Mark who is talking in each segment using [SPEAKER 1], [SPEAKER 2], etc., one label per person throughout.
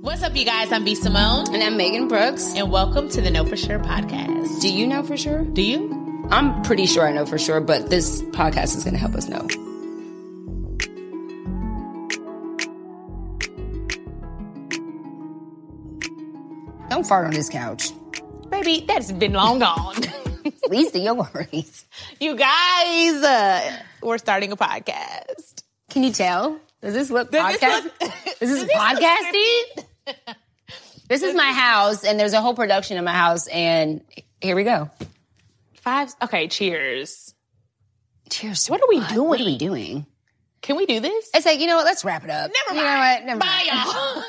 [SPEAKER 1] What's up, you guys? I'm B. Simone,
[SPEAKER 2] And I'm Megan Brooks.
[SPEAKER 1] and welcome to the Know For Sure podcast.
[SPEAKER 2] Do you know for sure?
[SPEAKER 1] Do you?
[SPEAKER 2] I'm pretty sure I know for sure, but this podcast is going to help us know. Don't fart on this couch.
[SPEAKER 1] Baby, that's been long gone.
[SPEAKER 2] Please do your worries.
[SPEAKER 1] you guys, uh, we're starting a podcast.
[SPEAKER 2] Can you tell? Does this look
[SPEAKER 1] Does this
[SPEAKER 2] podcast?
[SPEAKER 1] look-
[SPEAKER 2] this is
[SPEAKER 1] Does this look
[SPEAKER 2] podcasty. this is my house, and there's a whole production in my house, and here we go.
[SPEAKER 1] Five. Okay, cheers.
[SPEAKER 2] Cheers. to
[SPEAKER 1] What are we doing?
[SPEAKER 2] What are we doing?
[SPEAKER 1] Can we do this?
[SPEAKER 2] It's like, you know what? Let's wrap it up.
[SPEAKER 1] Eh, Never
[SPEAKER 2] You know
[SPEAKER 1] mind.
[SPEAKER 2] what? Never
[SPEAKER 1] Bye,
[SPEAKER 2] mind.
[SPEAKER 1] y'all.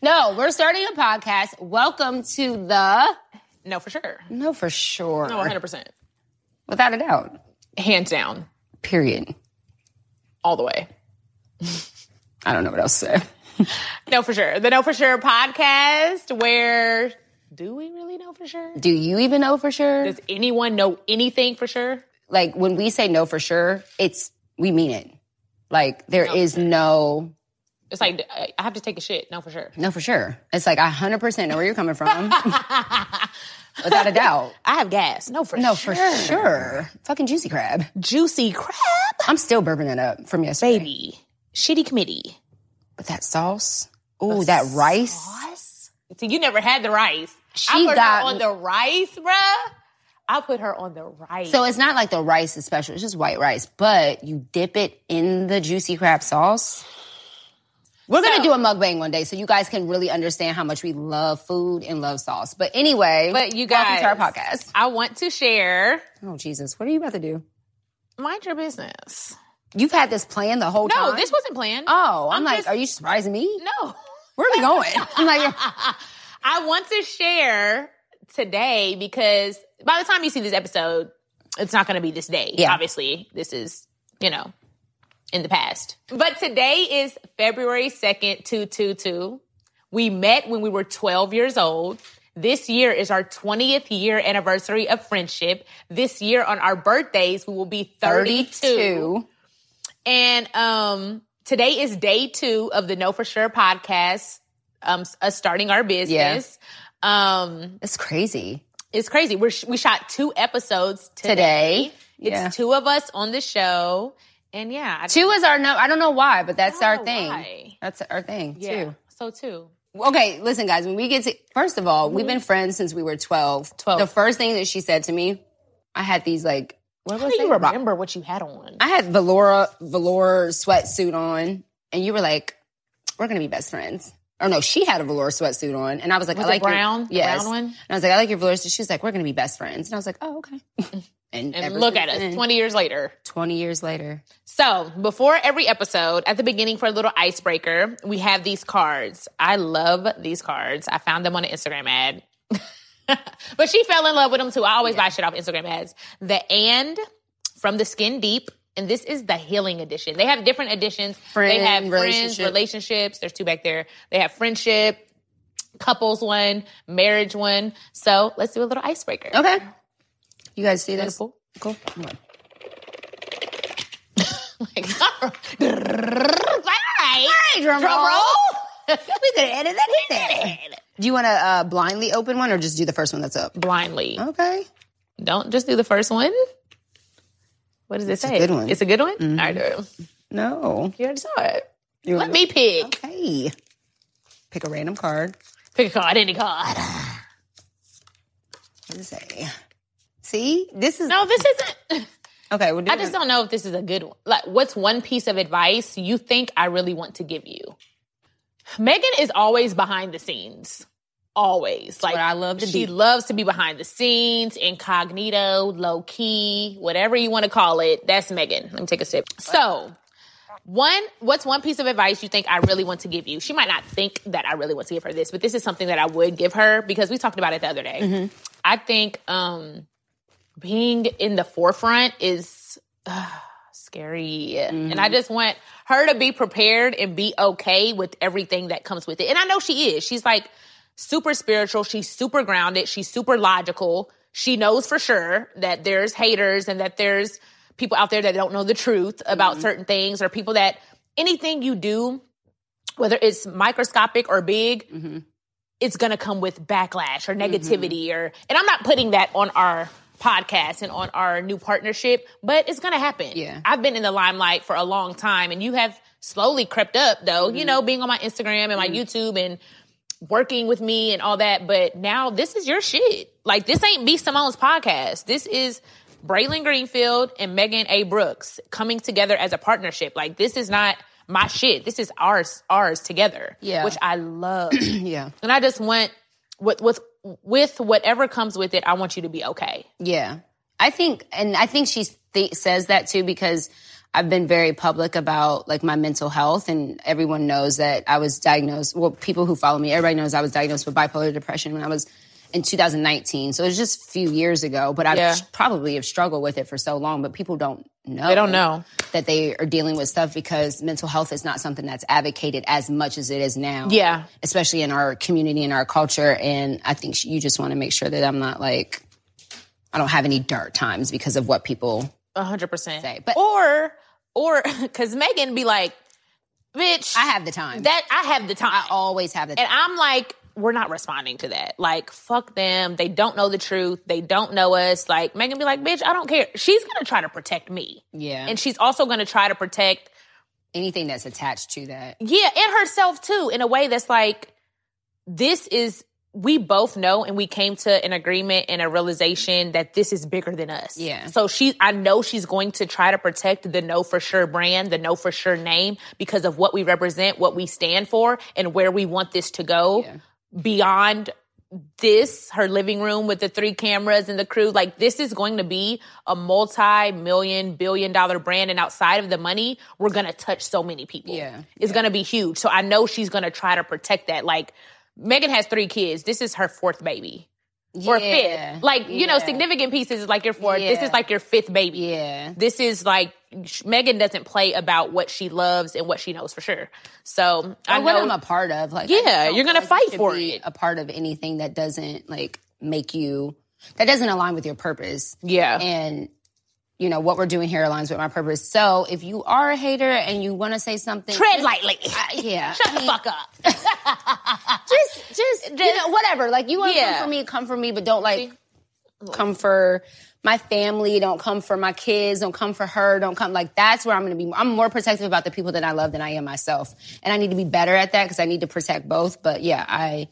[SPEAKER 2] No, we're starting a podcast. Welcome to the
[SPEAKER 1] no, for sure.
[SPEAKER 2] No for sure.
[SPEAKER 1] No, 100%.
[SPEAKER 2] Without a doubt.
[SPEAKER 1] Hands down,
[SPEAKER 2] Period.
[SPEAKER 1] all the way.
[SPEAKER 2] I don't know what else to say.
[SPEAKER 1] No, for sure. The Know For Sure podcast, where do we really know for sure?
[SPEAKER 2] Do you even know for sure?
[SPEAKER 1] Does anyone know anything for sure?
[SPEAKER 2] like when we say no for sure, it's we mean it. Like there is no
[SPEAKER 1] It's like, I have to take a shit. No, for sure.
[SPEAKER 2] no for sure. It's like I hundred percent know where you're coming from. Without a doubt.
[SPEAKER 1] I have gas. No, for
[SPEAKER 2] No for sure. Fucking juicy crab.
[SPEAKER 1] Juicy crab.
[SPEAKER 2] I'm still burping it up from yesterday.
[SPEAKER 1] Baby. Shitty committee.
[SPEAKER 2] But that sauce. Ooh, that rice.
[SPEAKER 1] Sauce? So you never had the rice. I
[SPEAKER 2] She
[SPEAKER 1] put
[SPEAKER 2] got-
[SPEAKER 1] her on the rice, bruh. I put her on the rice.
[SPEAKER 2] So it's not like the rice is special. It's just white rice, but you dip it in the juicy crab sauce. We're
[SPEAKER 1] So-
[SPEAKER 2] gonna do a mukbang one day, so you guys can really understand how much we love food and love sauce. But anyway,
[SPEAKER 1] But you
[SPEAKER 2] welcome to our
[SPEAKER 1] guys-
[SPEAKER 2] podcast.
[SPEAKER 1] I want to share.
[SPEAKER 2] Oh Jesus, what are you about to do?
[SPEAKER 1] Mind your business.
[SPEAKER 2] You've had this plan the whole time.
[SPEAKER 1] No, this wasn't planned.
[SPEAKER 2] Oh, I'm,
[SPEAKER 1] I'm
[SPEAKER 2] like,
[SPEAKER 1] just-
[SPEAKER 2] are you surprising me?
[SPEAKER 1] no.
[SPEAKER 2] Where are we going? I'm like,
[SPEAKER 1] I want to share today because by the time you see this episode, it's not going to be this day.
[SPEAKER 2] Yeah.
[SPEAKER 1] Obviously, this is, you know, in the past. But today is February 2nd, 222. We met when we were 12 years old. This year is our 20th year anniversary of friendship. This year on our birthdays, we will be 32. And um, today is day two of the Know For Sure podcast, um, us starting our business. Um,
[SPEAKER 2] That's crazy.
[SPEAKER 1] it's crazy. We're, sh- we shot two episodes today.
[SPEAKER 2] Today,
[SPEAKER 1] It's
[SPEAKER 2] yeah.
[SPEAKER 1] two of us on the show. And yeah, I
[SPEAKER 2] Two is our no. I don't know why, but that's
[SPEAKER 1] I don't
[SPEAKER 2] our
[SPEAKER 1] know
[SPEAKER 2] thing.
[SPEAKER 1] why.
[SPEAKER 2] That's our thing
[SPEAKER 1] yeah.
[SPEAKER 2] too.
[SPEAKER 1] So two.
[SPEAKER 2] Okay, listen, guys. When we get to first of all, we've
[SPEAKER 1] Mm-hmm.
[SPEAKER 2] been friends since we were twelve.
[SPEAKER 1] 12.
[SPEAKER 2] The first thing that she said to me, I had these like what
[SPEAKER 1] How
[SPEAKER 2] was
[SPEAKER 1] do you
[SPEAKER 2] they?
[SPEAKER 1] remember what you had on?
[SPEAKER 2] I had velour velour sweatsuit on, and you were like, "We're gonna be best friends." Or no, she had a velour sweatsuit on, and I was like,
[SPEAKER 1] Was
[SPEAKER 2] "I
[SPEAKER 1] it
[SPEAKER 2] like your-
[SPEAKER 1] brown? The
[SPEAKER 2] yes."
[SPEAKER 1] brown one?
[SPEAKER 2] And I was like, "I like your velour." So she's like, "We're gonna be best friends," and I was like, "Oh, okay." and
[SPEAKER 1] and
[SPEAKER 2] ever
[SPEAKER 1] look
[SPEAKER 2] since
[SPEAKER 1] at us
[SPEAKER 2] then,
[SPEAKER 1] 20 years later.
[SPEAKER 2] 20 years later.
[SPEAKER 1] So, before every episode, at the beginning for a little icebreaker, we have these cards. I love these cards. I found them on an Instagram ad. but she fell in love with them too. I always buy shit off Instagram ads. The and from the skin deep. And this is the healing edition. They have different editions. they
[SPEAKER 2] Friend,
[SPEAKER 1] have friends,
[SPEAKER 2] relationship.
[SPEAKER 1] relationships. There's two back there. They have friendship, couples one, marriage one. So let's do a little icebreaker.
[SPEAKER 2] Okay, you guys see this?
[SPEAKER 1] Beautiful.
[SPEAKER 2] Cool. Come on.
[SPEAKER 1] Like, all right.
[SPEAKER 2] Hey, drum,
[SPEAKER 1] Drum roll.
[SPEAKER 2] we could edit that. in there. Do you want to uh, blindly open one or just do the first one that's up?
[SPEAKER 1] blindly.
[SPEAKER 2] Okay.
[SPEAKER 1] Don't just do the first one. What does it say?
[SPEAKER 2] good one.
[SPEAKER 1] It's a good one. I do.
[SPEAKER 2] No.
[SPEAKER 1] You already saw it.
[SPEAKER 2] You
[SPEAKER 1] Let
[SPEAKER 2] wanna-
[SPEAKER 1] me pick.
[SPEAKER 2] Okay. Pick a random card.
[SPEAKER 1] Pick a card, any card.
[SPEAKER 2] What does it say? See, this is
[SPEAKER 1] No, this isn't.
[SPEAKER 2] okay. We'll do
[SPEAKER 1] I just
[SPEAKER 2] it.
[SPEAKER 1] don't know if this is a good one. Like, what's one piece of advice you think I really want to give you? Megan is always behind the scenes. Always. Like
[SPEAKER 2] what I love to
[SPEAKER 1] she
[SPEAKER 2] be.
[SPEAKER 1] loves to be behind the scenes, incognito, low key, whatever you want to call it. That's Megan. Let me take a sip. So, one, what's one piece of advice you think I really want to give you? She might not think that I really want to give her this, but this is something that I would give her because we talked about it the other day.
[SPEAKER 2] Mm-hmm.
[SPEAKER 1] I think um being in the forefront is ah, scary. And
[SPEAKER 2] Mm-hmm.
[SPEAKER 1] I just want her to be prepared and be okay with everything that comes with it. And I know she is. She's like super spiritual, she's super grounded, she's super logical. She knows for sure that there's haters and that there's people out there that don't know the truth about certain things or people that anything you do whether it's microscopic or big,
[SPEAKER 2] Mhm.
[SPEAKER 1] it's going to come with backlash or negativity or and I'm not putting that on our podcast and on our new partnership, but it's going to happen.
[SPEAKER 2] Yeah.
[SPEAKER 1] I've been in the limelight for a long time and you have slowly crept up though, you know, being on my Instagram and my YouTube and working with me and all that, but now this is your shit. Like this ain't B Simone's podcast. This is Braylon Greenfield and Megan A. Brooks coming together as a partnership. Like this is not my shit. This is ours, ours together.
[SPEAKER 2] Yeah.
[SPEAKER 1] Which I love.
[SPEAKER 2] Yeah.
[SPEAKER 1] and I just want with with with whatever comes with it, I want you to be okay.
[SPEAKER 2] Yeah. I think, and I think she th- says that too because I've been very public about like my mental health, and everyone knows that I was diagnosed. Well, people who follow me, everybody knows I was diagnosed with bipolar depression when I was in 2019. So it was just a few years ago, but I
[SPEAKER 1] Yeah.
[SPEAKER 2] probably have struggled with it for so long, but people don't know.
[SPEAKER 1] They don't know.
[SPEAKER 2] that they are dealing with stuff because mental health is not something that's advocated as much as it is now.
[SPEAKER 1] Yeah.
[SPEAKER 2] Especially in our community and our culture. And I think you just want to make sure that I'm not like, I don't have any dark times because of what people.
[SPEAKER 1] A hundred percent.
[SPEAKER 2] Say, but-
[SPEAKER 1] or or because Megan be like, bitch,
[SPEAKER 2] I have the time.
[SPEAKER 1] that I have the time.
[SPEAKER 2] I always have the time.
[SPEAKER 1] And I'm like, we're not responding to that. Like, fuck them. They don't know the truth. They don't know us. Like, Megan be like, bitch, I don't care. She's gonna try to protect me.
[SPEAKER 2] yeah.
[SPEAKER 1] And she's also gonna try to protect,
[SPEAKER 2] Anything that's attached to that.
[SPEAKER 1] yeah, and herself too, in a way that's like, this is, we both know and we came to an agreement and a realization that this is bigger than us.
[SPEAKER 2] Yeah.
[SPEAKER 1] So she, I know she's going to try to protect the know for sure brand, the know for sure name because of what we represent, what we stand for, and where we want this to go
[SPEAKER 2] Yeah.
[SPEAKER 1] beyond this, her living room with the three cameras and the crew, like this is going to be a multi million, billion dollar brand. And outside of the money, we're going to touch so many people.
[SPEAKER 2] Yeah.
[SPEAKER 1] It's going to be huge. So I know she's going to try to protect that. Like Megan has three kids. This is her fourth baby or
[SPEAKER 2] Yeah.
[SPEAKER 1] fifth. Like, you know,
[SPEAKER 2] Yeah.
[SPEAKER 1] significant pieces is like your fourth. This
[SPEAKER 2] Yeah.
[SPEAKER 1] is like your fifth baby.
[SPEAKER 2] Yeah.
[SPEAKER 1] This is like sh- Megan doesn't play about what she loves and what she knows for sure. So I
[SPEAKER 2] Or what
[SPEAKER 1] know
[SPEAKER 2] I'm a part of. Like, I
[SPEAKER 1] Yeah,
[SPEAKER 2] just don't
[SPEAKER 1] you're gonna
[SPEAKER 2] feel like you
[SPEAKER 1] fight
[SPEAKER 2] should
[SPEAKER 1] for
[SPEAKER 2] be
[SPEAKER 1] it.
[SPEAKER 2] A part of anything that doesn't like make you, that doesn't align with your purpose.
[SPEAKER 1] yeah.
[SPEAKER 2] and you know what we're doing here aligns with my purpose. So if you are a hater and you want to say something,
[SPEAKER 1] Tread lightly.
[SPEAKER 2] I- yeah,
[SPEAKER 1] Shut the fuck up.
[SPEAKER 2] just, just, you know, whatever. Like you want to
[SPEAKER 1] Yeah.
[SPEAKER 2] come for me, come for me, but don't like come for my family. Don't come for my kids. Don't come for her. Don't come like that's where I'm going to be. I'm more protective about the people that I love than I am myself, and I need to be better at that because I need to protect both. But yeah, I,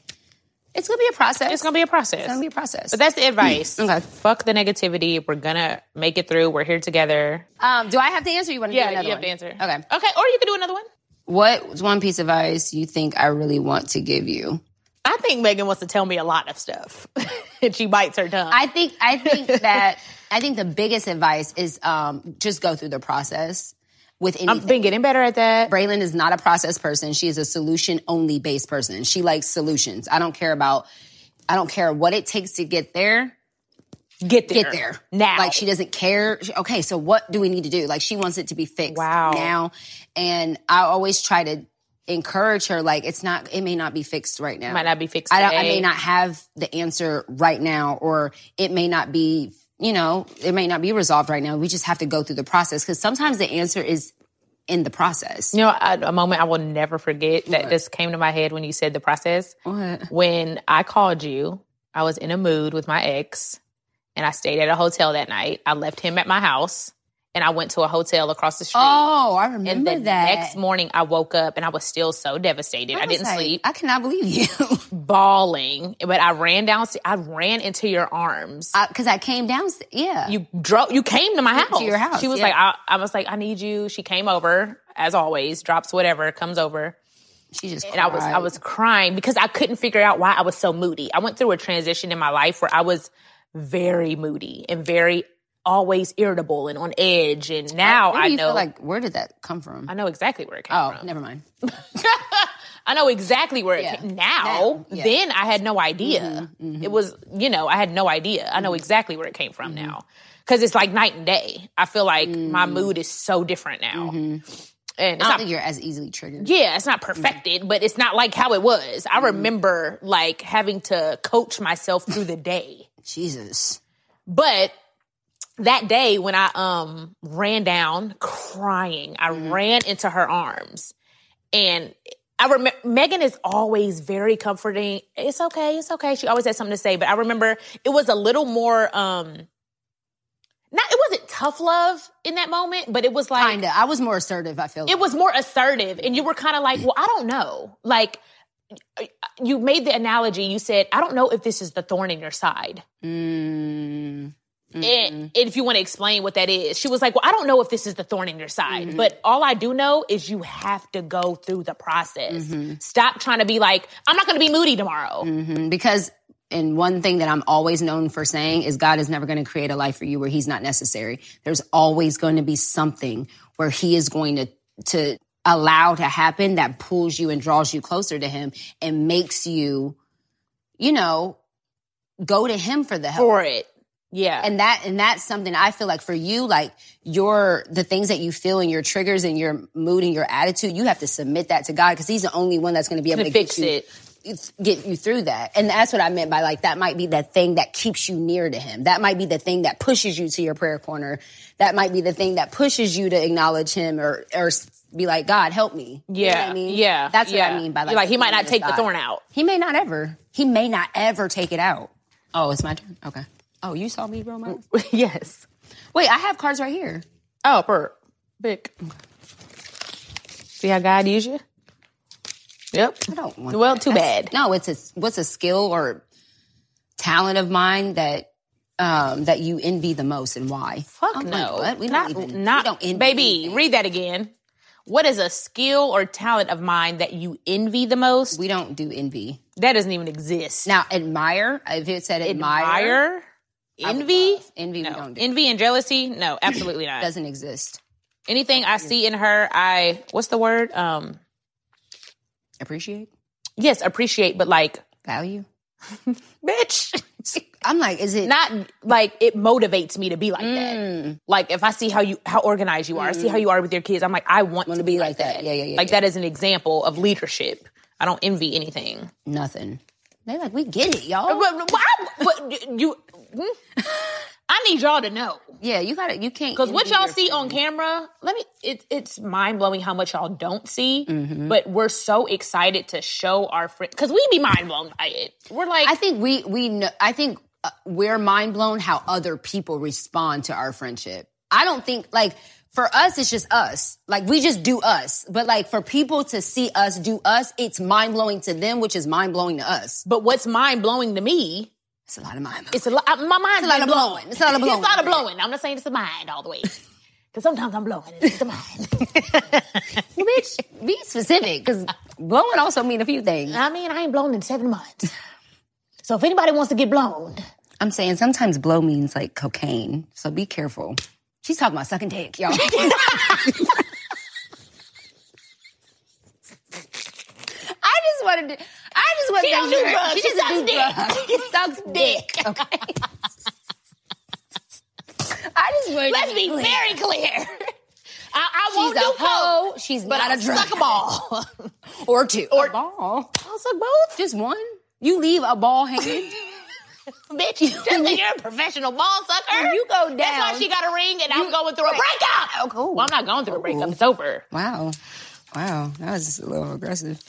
[SPEAKER 2] it's going to be a process.
[SPEAKER 1] It's gonna be a process.
[SPEAKER 2] It's gonna be a process.
[SPEAKER 1] But that's the advice.
[SPEAKER 2] Okay.
[SPEAKER 1] Fuck the negativity. We're gonna make it through. We're here together.
[SPEAKER 2] um, do I have to answer? Or you want to do another
[SPEAKER 1] you have
[SPEAKER 2] one?
[SPEAKER 1] to answer.
[SPEAKER 2] Okay.
[SPEAKER 1] Okay. Or you can do another one.
[SPEAKER 2] What's one piece of advice you think I really want to give you?
[SPEAKER 1] I think Megan wants to tell me a lot of stuff, and she bites her tongue.
[SPEAKER 2] I think I think that I think the biggest advice is um, just go through the process with anything.
[SPEAKER 1] I've been getting better at that.
[SPEAKER 2] Braylon is not a process person. She is a solution only based person. She likes solutions. I don't care about. I don't care what it takes to get there.
[SPEAKER 1] Get there.
[SPEAKER 2] Get there
[SPEAKER 1] now.
[SPEAKER 2] Like she doesn't care. She- Okay, so what do we need to do? Like she wants it to be fixed
[SPEAKER 1] Wow.
[SPEAKER 2] now, and I always try to encourage her. Like it's not. It may not be fixed right now.
[SPEAKER 1] might not be fixed.
[SPEAKER 2] I, don't, I
[SPEAKER 1] today.
[SPEAKER 2] may not have the answer right now, or it may not be, you know, it may not be resolved right now. We just have to go through the process because sometimes the answer is in the process.
[SPEAKER 1] You know, I- a moment I will never forget that just came to my head when you said the process.
[SPEAKER 2] What?
[SPEAKER 1] When I called you, I was in a mood with my ex and I stayed at a hotel that night. I left him at my house and I went to a hotel across the street.
[SPEAKER 2] Oh, I
[SPEAKER 1] and
[SPEAKER 2] remember
[SPEAKER 1] the
[SPEAKER 2] that.
[SPEAKER 1] next morning I woke up and I was still so devastated. I,
[SPEAKER 2] was
[SPEAKER 1] didn't
[SPEAKER 2] like,
[SPEAKER 1] sleep,
[SPEAKER 2] I cannot believe you
[SPEAKER 1] bawling. But I ran down I ran into your arms.
[SPEAKER 2] because I, came down. Yeah,
[SPEAKER 1] you drove you came to my house.
[SPEAKER 2] your house,
[SPEAKER 1] She was
[SPEAKER 2] yeah.
[SPEAKER 1] like, I, I was like, I need you. She came over, as always, drops whatever, comes over.
[SPEAKER 2] she just
[SPEAKER 1] and I was I was crying because I couldn't figure out why I was so moody. I went through a transition in my life where I was very moody and very always irritable and on edge. And now
[SPEAKER 2] Where do
[SPEAKER 1] I,
[SPEAKER 2] you
[SPEAKER 1] know
[SPEAKER 2] Feel like where did that come from?
[SPEAKER 1] I know exactly where it came
[SPEAKER 2] Oh,
[SPEAKER 1] from.
[SPEAKER 2] never mind.
[SPEAKER 1] I know exactly where it
[SPEAKER 2] Yeah.
[SPEAKER 1] came
[SPEAKER 2] Now,
[SPEAKER 1] now.
[SPEAKER 2] yeah. Mm-hmm,
[SPEAKER 1] Then I had no idea. It was, you know, I had no idea. I know exactly where it came from
[SPEAKER 2] Mm-hmm.
[SPEAKER 1] now. Cause it's like night and day. I feel like my mood is so different now. And it's
[SPEAKER 2] Mm. Mm-hmm. I don't
[SPEAKER 1] not
[SPEAKER 2] think you're as easily triggered.
[SPEAKER 1] yeah, it's not perfected, but it's not like how it was.
[SPEAKER 2] Mm-hmm.
[SPEAKER 1] I remember like having to coach myself through the day.
[SPEAKER 2] Jesus.
[SPEAKER 1] But that day when I um ran down crying, I ran into her arms and I remember Megan is always very comforting. It's okay, it's okay. She always has something to say, but I remember it was a little more um not it wasn't tough love in that moment, but it was like
[SPEAKER 2] Kinda. I was more assertive. I feel.
[SPEAKER 1] it was more assertive and you were kind of like, "Well, I don't know." Like you made the analogy, you said, "I don't know if this is the thorn in your side."
[SPEAKER 2] like. Mm,
[SPEAKER 1] And, and if you want to explain what that is, she was like, Well, I don't know if this is the thorn in your side,
[SPEAKER 2] Mm-hmm.
[SPEAKER 1] but all I do know is you have to go through the process.
[SPEAKER 2] Mm-hmm.
[SPEAKER 1] Stop trying to be like, I'm not going to be moody tomorrow.
[SPEAKER 2] mhm. Because and one thing that I'm always known for saying is God is never going to create a life for you where He's not necessary. There's always going to be something where He is going to to allow to happen that pulls you and draws you closer to Him and makes you, you know, go to Him for the help.
[SPEAKER 1] For it. Yeah.
[SPEAKER 2] and that and that's something I feel like for you, like your the things that you feel and your triggers and your mood and your attitude, you have to submit that to God because He's the only one that's going to be able to
[SPEAKER 1] to fix
[SPEAKER 2] get you,
[SPEAKER 1] it.
[SPEAKER 2] get you through that. And that's what I meant by like that might be the thing that keeps you near to Him. That might be the thing that pushes you to your prayer corner. That might be the thing that pushes you to acknowledge Him or or s- be like, God, help me. You know
[SPEAKER 1] Yeah.
[SPEAKER 2] what I mean,
[SPEAKER 1] Yeah.
[SPEAKER 2] that's what
[SPEAKER 1] yeah.
[SPEAKER 2] I mean by
[SPEAKER 1] You're
[SPEAKER 2] like,
[SPEAKER 1] like, he
[SPEAKER 2] the
[SPEAKER 1] might
[SPEAKER 2] thorn
[SPEAKER 1] not
[SPEAKER 2] is
[SPEAKER 1] take the
[SPEAKER 2] God.
[SPEAKER 1] thorn out.
[SPEAKER 2] He may not ever. He may not ever take it out. Oh, it's my turn. Okay. Oh, you saw me, Roma.
[SPEAKER 1] Mm. yes.
[SPEAKER 2] Wait, I have cards right here.
[SPEAKER 1] Oh, per Vic. See how God used you? Yep.
[SPEAKER 2] I don't want.
[SPEAKER 1] Well, too
[SPEAKER 2] that's-
[SPEAKER 1] bad.
[SPEAKER 2] No, it's a what's a skill or talent of mine that um that you envy the most and why?
[SPEAKER 1] Fuck
[SPEAKER 2] I'm like,
[SPEAKER 1] no.
[SPEAKER 2] what? We
[SPEAKER 1] not,
[SPEAKER 2] don't even.
[SPEAKER 1] not-
[SPEAKER 2] we don't envy
[SPEAKER 1] baby,
[SPEAKER 2] anything.
[SPEAKER 1] read that again. What is a skill or talent of mine that you envy the most?
[SPEAKER 2] We don't do envy.
[SPEAKER 1] That doesn't even exist.
[SPEAKER 2] Now, admire. If it said admire,
[SPEAKER 1] Admire? Envy?
[SPEAKER 2] envy, we
[SPEAKER 1] No.
[SPEAKER 2] don't do.
[SPEAKER 1] Envy and jealousy? No, absolutely not.
[SPEAKER 2] doesn't exist.
[SPEAKER 1] Anything I see in her, I what's the word? Um
[SPEAKER 2] Appreciate
[SPEAKER 1] yes, appreciate, but like,
[SPEAKER 2] value.
[SPEAKER 1] bitch.
[SPEAKER 2] I'm like, is it?
[SPEAKER 1] Not like it motivates me to be like
[SPEAKER 2] Mm.
[SPEAKER 1] that. Like if I see how you how organized you are, I see how you are with your kids, I'm like, I want to
[SPEAKER 2] to
[SPEAKER 1] be,
[SPEAKER 2] Mm. be
[SPEAKER 1] like
[SPEAKER 2] like
[SPEAKER 1] that.
[SPEAKER 2] that. Yeah, yeah, yeah,
[SPEAKER 1] Like that is an example of leadership. I don't envy anything.
[SPEAKER 2] nothing? They like we get it, y'all.
[SPEAKER 1] But, but, I- but you, hmm? I need y'all to know
[SPEAKER 2] Yeah, you got to You can't
[SPEAKER 1] because what
[SPEAKER 2] envy
[SPEAKER 1] y'all
[SPEAKER 2] your-
[SPEAKER 1] see on camera. Let me. It, it's mind blowing how much y'all don't see.
[SPEAKER 2] Mm-hmm.
[SPEAKER 1] But we're so excited to show our friends because we be mind blown by it. We're like,
[SPEAKER 2] I think we we know, I think uh, we're mind blown how other people respond to our friendship. I don't think like for us it's just us. Like we just do us. But like for people to see us do us, it's mind blowing to them, which is mind blowing to us.
[SPEAKER 1] but what's mind blowing to me?
[SPEAKER 2] It's a lot of mind.
[SPEAKER 1] It's a lot. I- My mind's
[SPEAKER 2] It's a lot
[SPEAKER 1] been
[SPEAKER 2] of
[SPEAKER 1] blown.
[SPEAKER 2] blowing. It's a lot of blowing.
[SPEAKER 1] It's a lot of blowing. I'm not saying it's a mind all the way. Because sometimes I'm blowing. It's a mind.
[SPEAKER 2] Bitch, be specific because blowing also mean a few things.
[SPEAKER 1] I mean, I ain't blown in seven months. So if anybody wants to get blown,
[SPEAKER 2] I'm saying sometimes blow means like cocaine, so be careful. She's talking about sucking dick, y'all. I just wanted to. I just wanted
[SPEAKER 1] She
[SPEAKER 2] to.
[SPEAKER 1] don't do
[SPEAKER 2] make sure-
[SPEAKER 1] drugs.
[SPEAKER 2] She
[SPEAKER 1] She
[SPEAKER 2] doesn't do
[SPEAKER 1] sucks
[SPEAKER 2] drugs. She sucks dick. Okay. I just wanted.
[SPEAKER 1] let's
[SPEAKER 2] to
[SPEAKER 1] be
[SPEAKER 2] clear.
[SPEAKER 1] very clear. I, I
[SPEAKER 2] She's
[SPEAKER 1] won't do
[SPEAKER 2] a
[SPEAKER 1] coke,
[SPEAKER 2] hoe. She's
[SPEAKER 1] but
[SPEAKER 2] not
[SPEAKER 1] I
[SPEAKER 2] a drug.
[SPEAKER 1] suck a ball.
[SPEAKER 2] or two. Or a ball.
[SPEAKER 1] I'll suck Oh, both.
[SPEAKER 2] Just one. You leave a ball hanging.
[SPEAKER 1] Bitch, just because you're a professional ball sucker.
[SPEAKER 2] When you go
[SPEAKER 1] That's why
[SPEAKER 2] down-
[SPEAKER 1] she got a ring and I'm going through a breakup.
[SPEAKER 2] Oh, cool.
[SPEAKER 1] Well, I'm not going through a breakup. It's over.
[SPEAKER 2] wow. Wow. That was a little aggressive.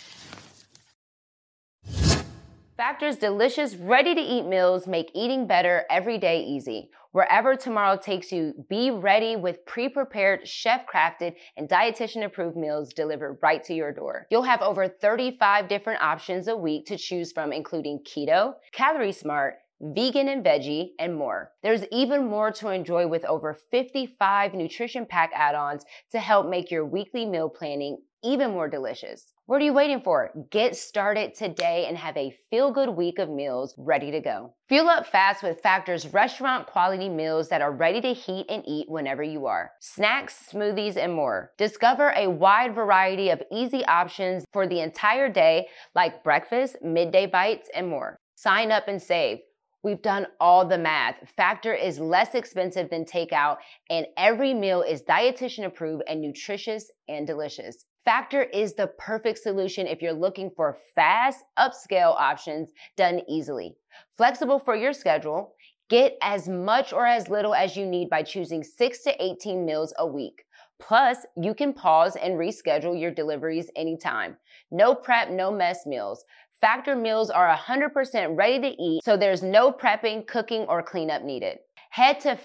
[SPEAKER 3] Factor's delicious, ready to eat meals make eating better every day easy. Wherever tomorrow takes you, be ready with pre prepared, chef crafted, and dietitian approved meals delivered right to your door. You'll have over 35 different options a week to choose from, including keto, calorie smart, vegan and veggie, and more. There's even more to enjoy with over 55 nutrition pack add ons to help make your weekly meal planning even more delicious. What are you waiting for? Get started today and have a feel good week of meals ready to go. Fuel up fast with Factor's restaurant quality meals that are ready to heat and eat whenever you are. Snacks, smoothies, and more. Discover a wide variety of easy options for the entire day, like breakfast, midday bites, and more. Sign up and save. We've done all the math. Factor is less expensive than takeout, and every meal is dietitian approved and nutritious and delicious. Factor is the perfect solution if you're looking for fast, upscale options done easily. Flexible for your schedule, get as much or as little as you need by choosing 6 to 18 meals a week. Plus, you can pause and reschedule your deliveries anytime. No prep, no mess meals. Factor meals are 100% ready to eat, so there's no prepping, cooking, or cleanup needed. Head to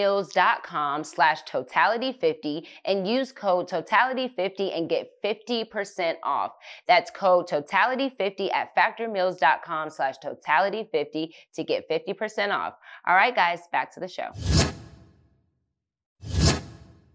[SPEAKER 3] factormeals.com slash totality50 and use code totality50 and get 50% off. That's code totality50 at factormeals.com slash totality50 to get 50% off. All right, guys, back to the show.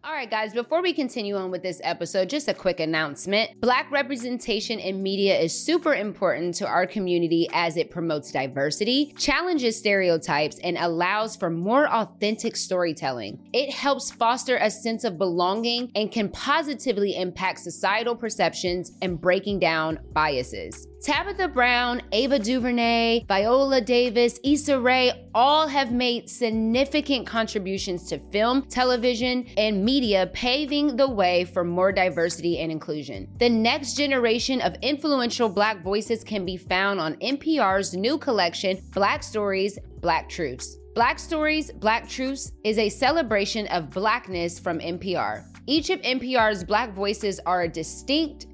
[SPEAKER 2] All right, guys, before we continue on with this episode, just a quick announcement. Black representation in media is super important to our community as it promotes diversity, challenges stereotypes, and allows for more authentic storytelling. It helps foster a sense of belonging and can positively impact societal perceptions and breaking down biases. Tabitha Brown, Ava DuVernay, Viola Davis, Issa Rae all have made significant contributions to film, television, and media, paving the way for more diversity and inclusion. The next generation of influential Black voices can be found on NPR's new collection, Black Stories, Black Truths. Black Stories, Black Truths is a celebration of Blackness from NPR. Each of NPR's Black voices are distinct,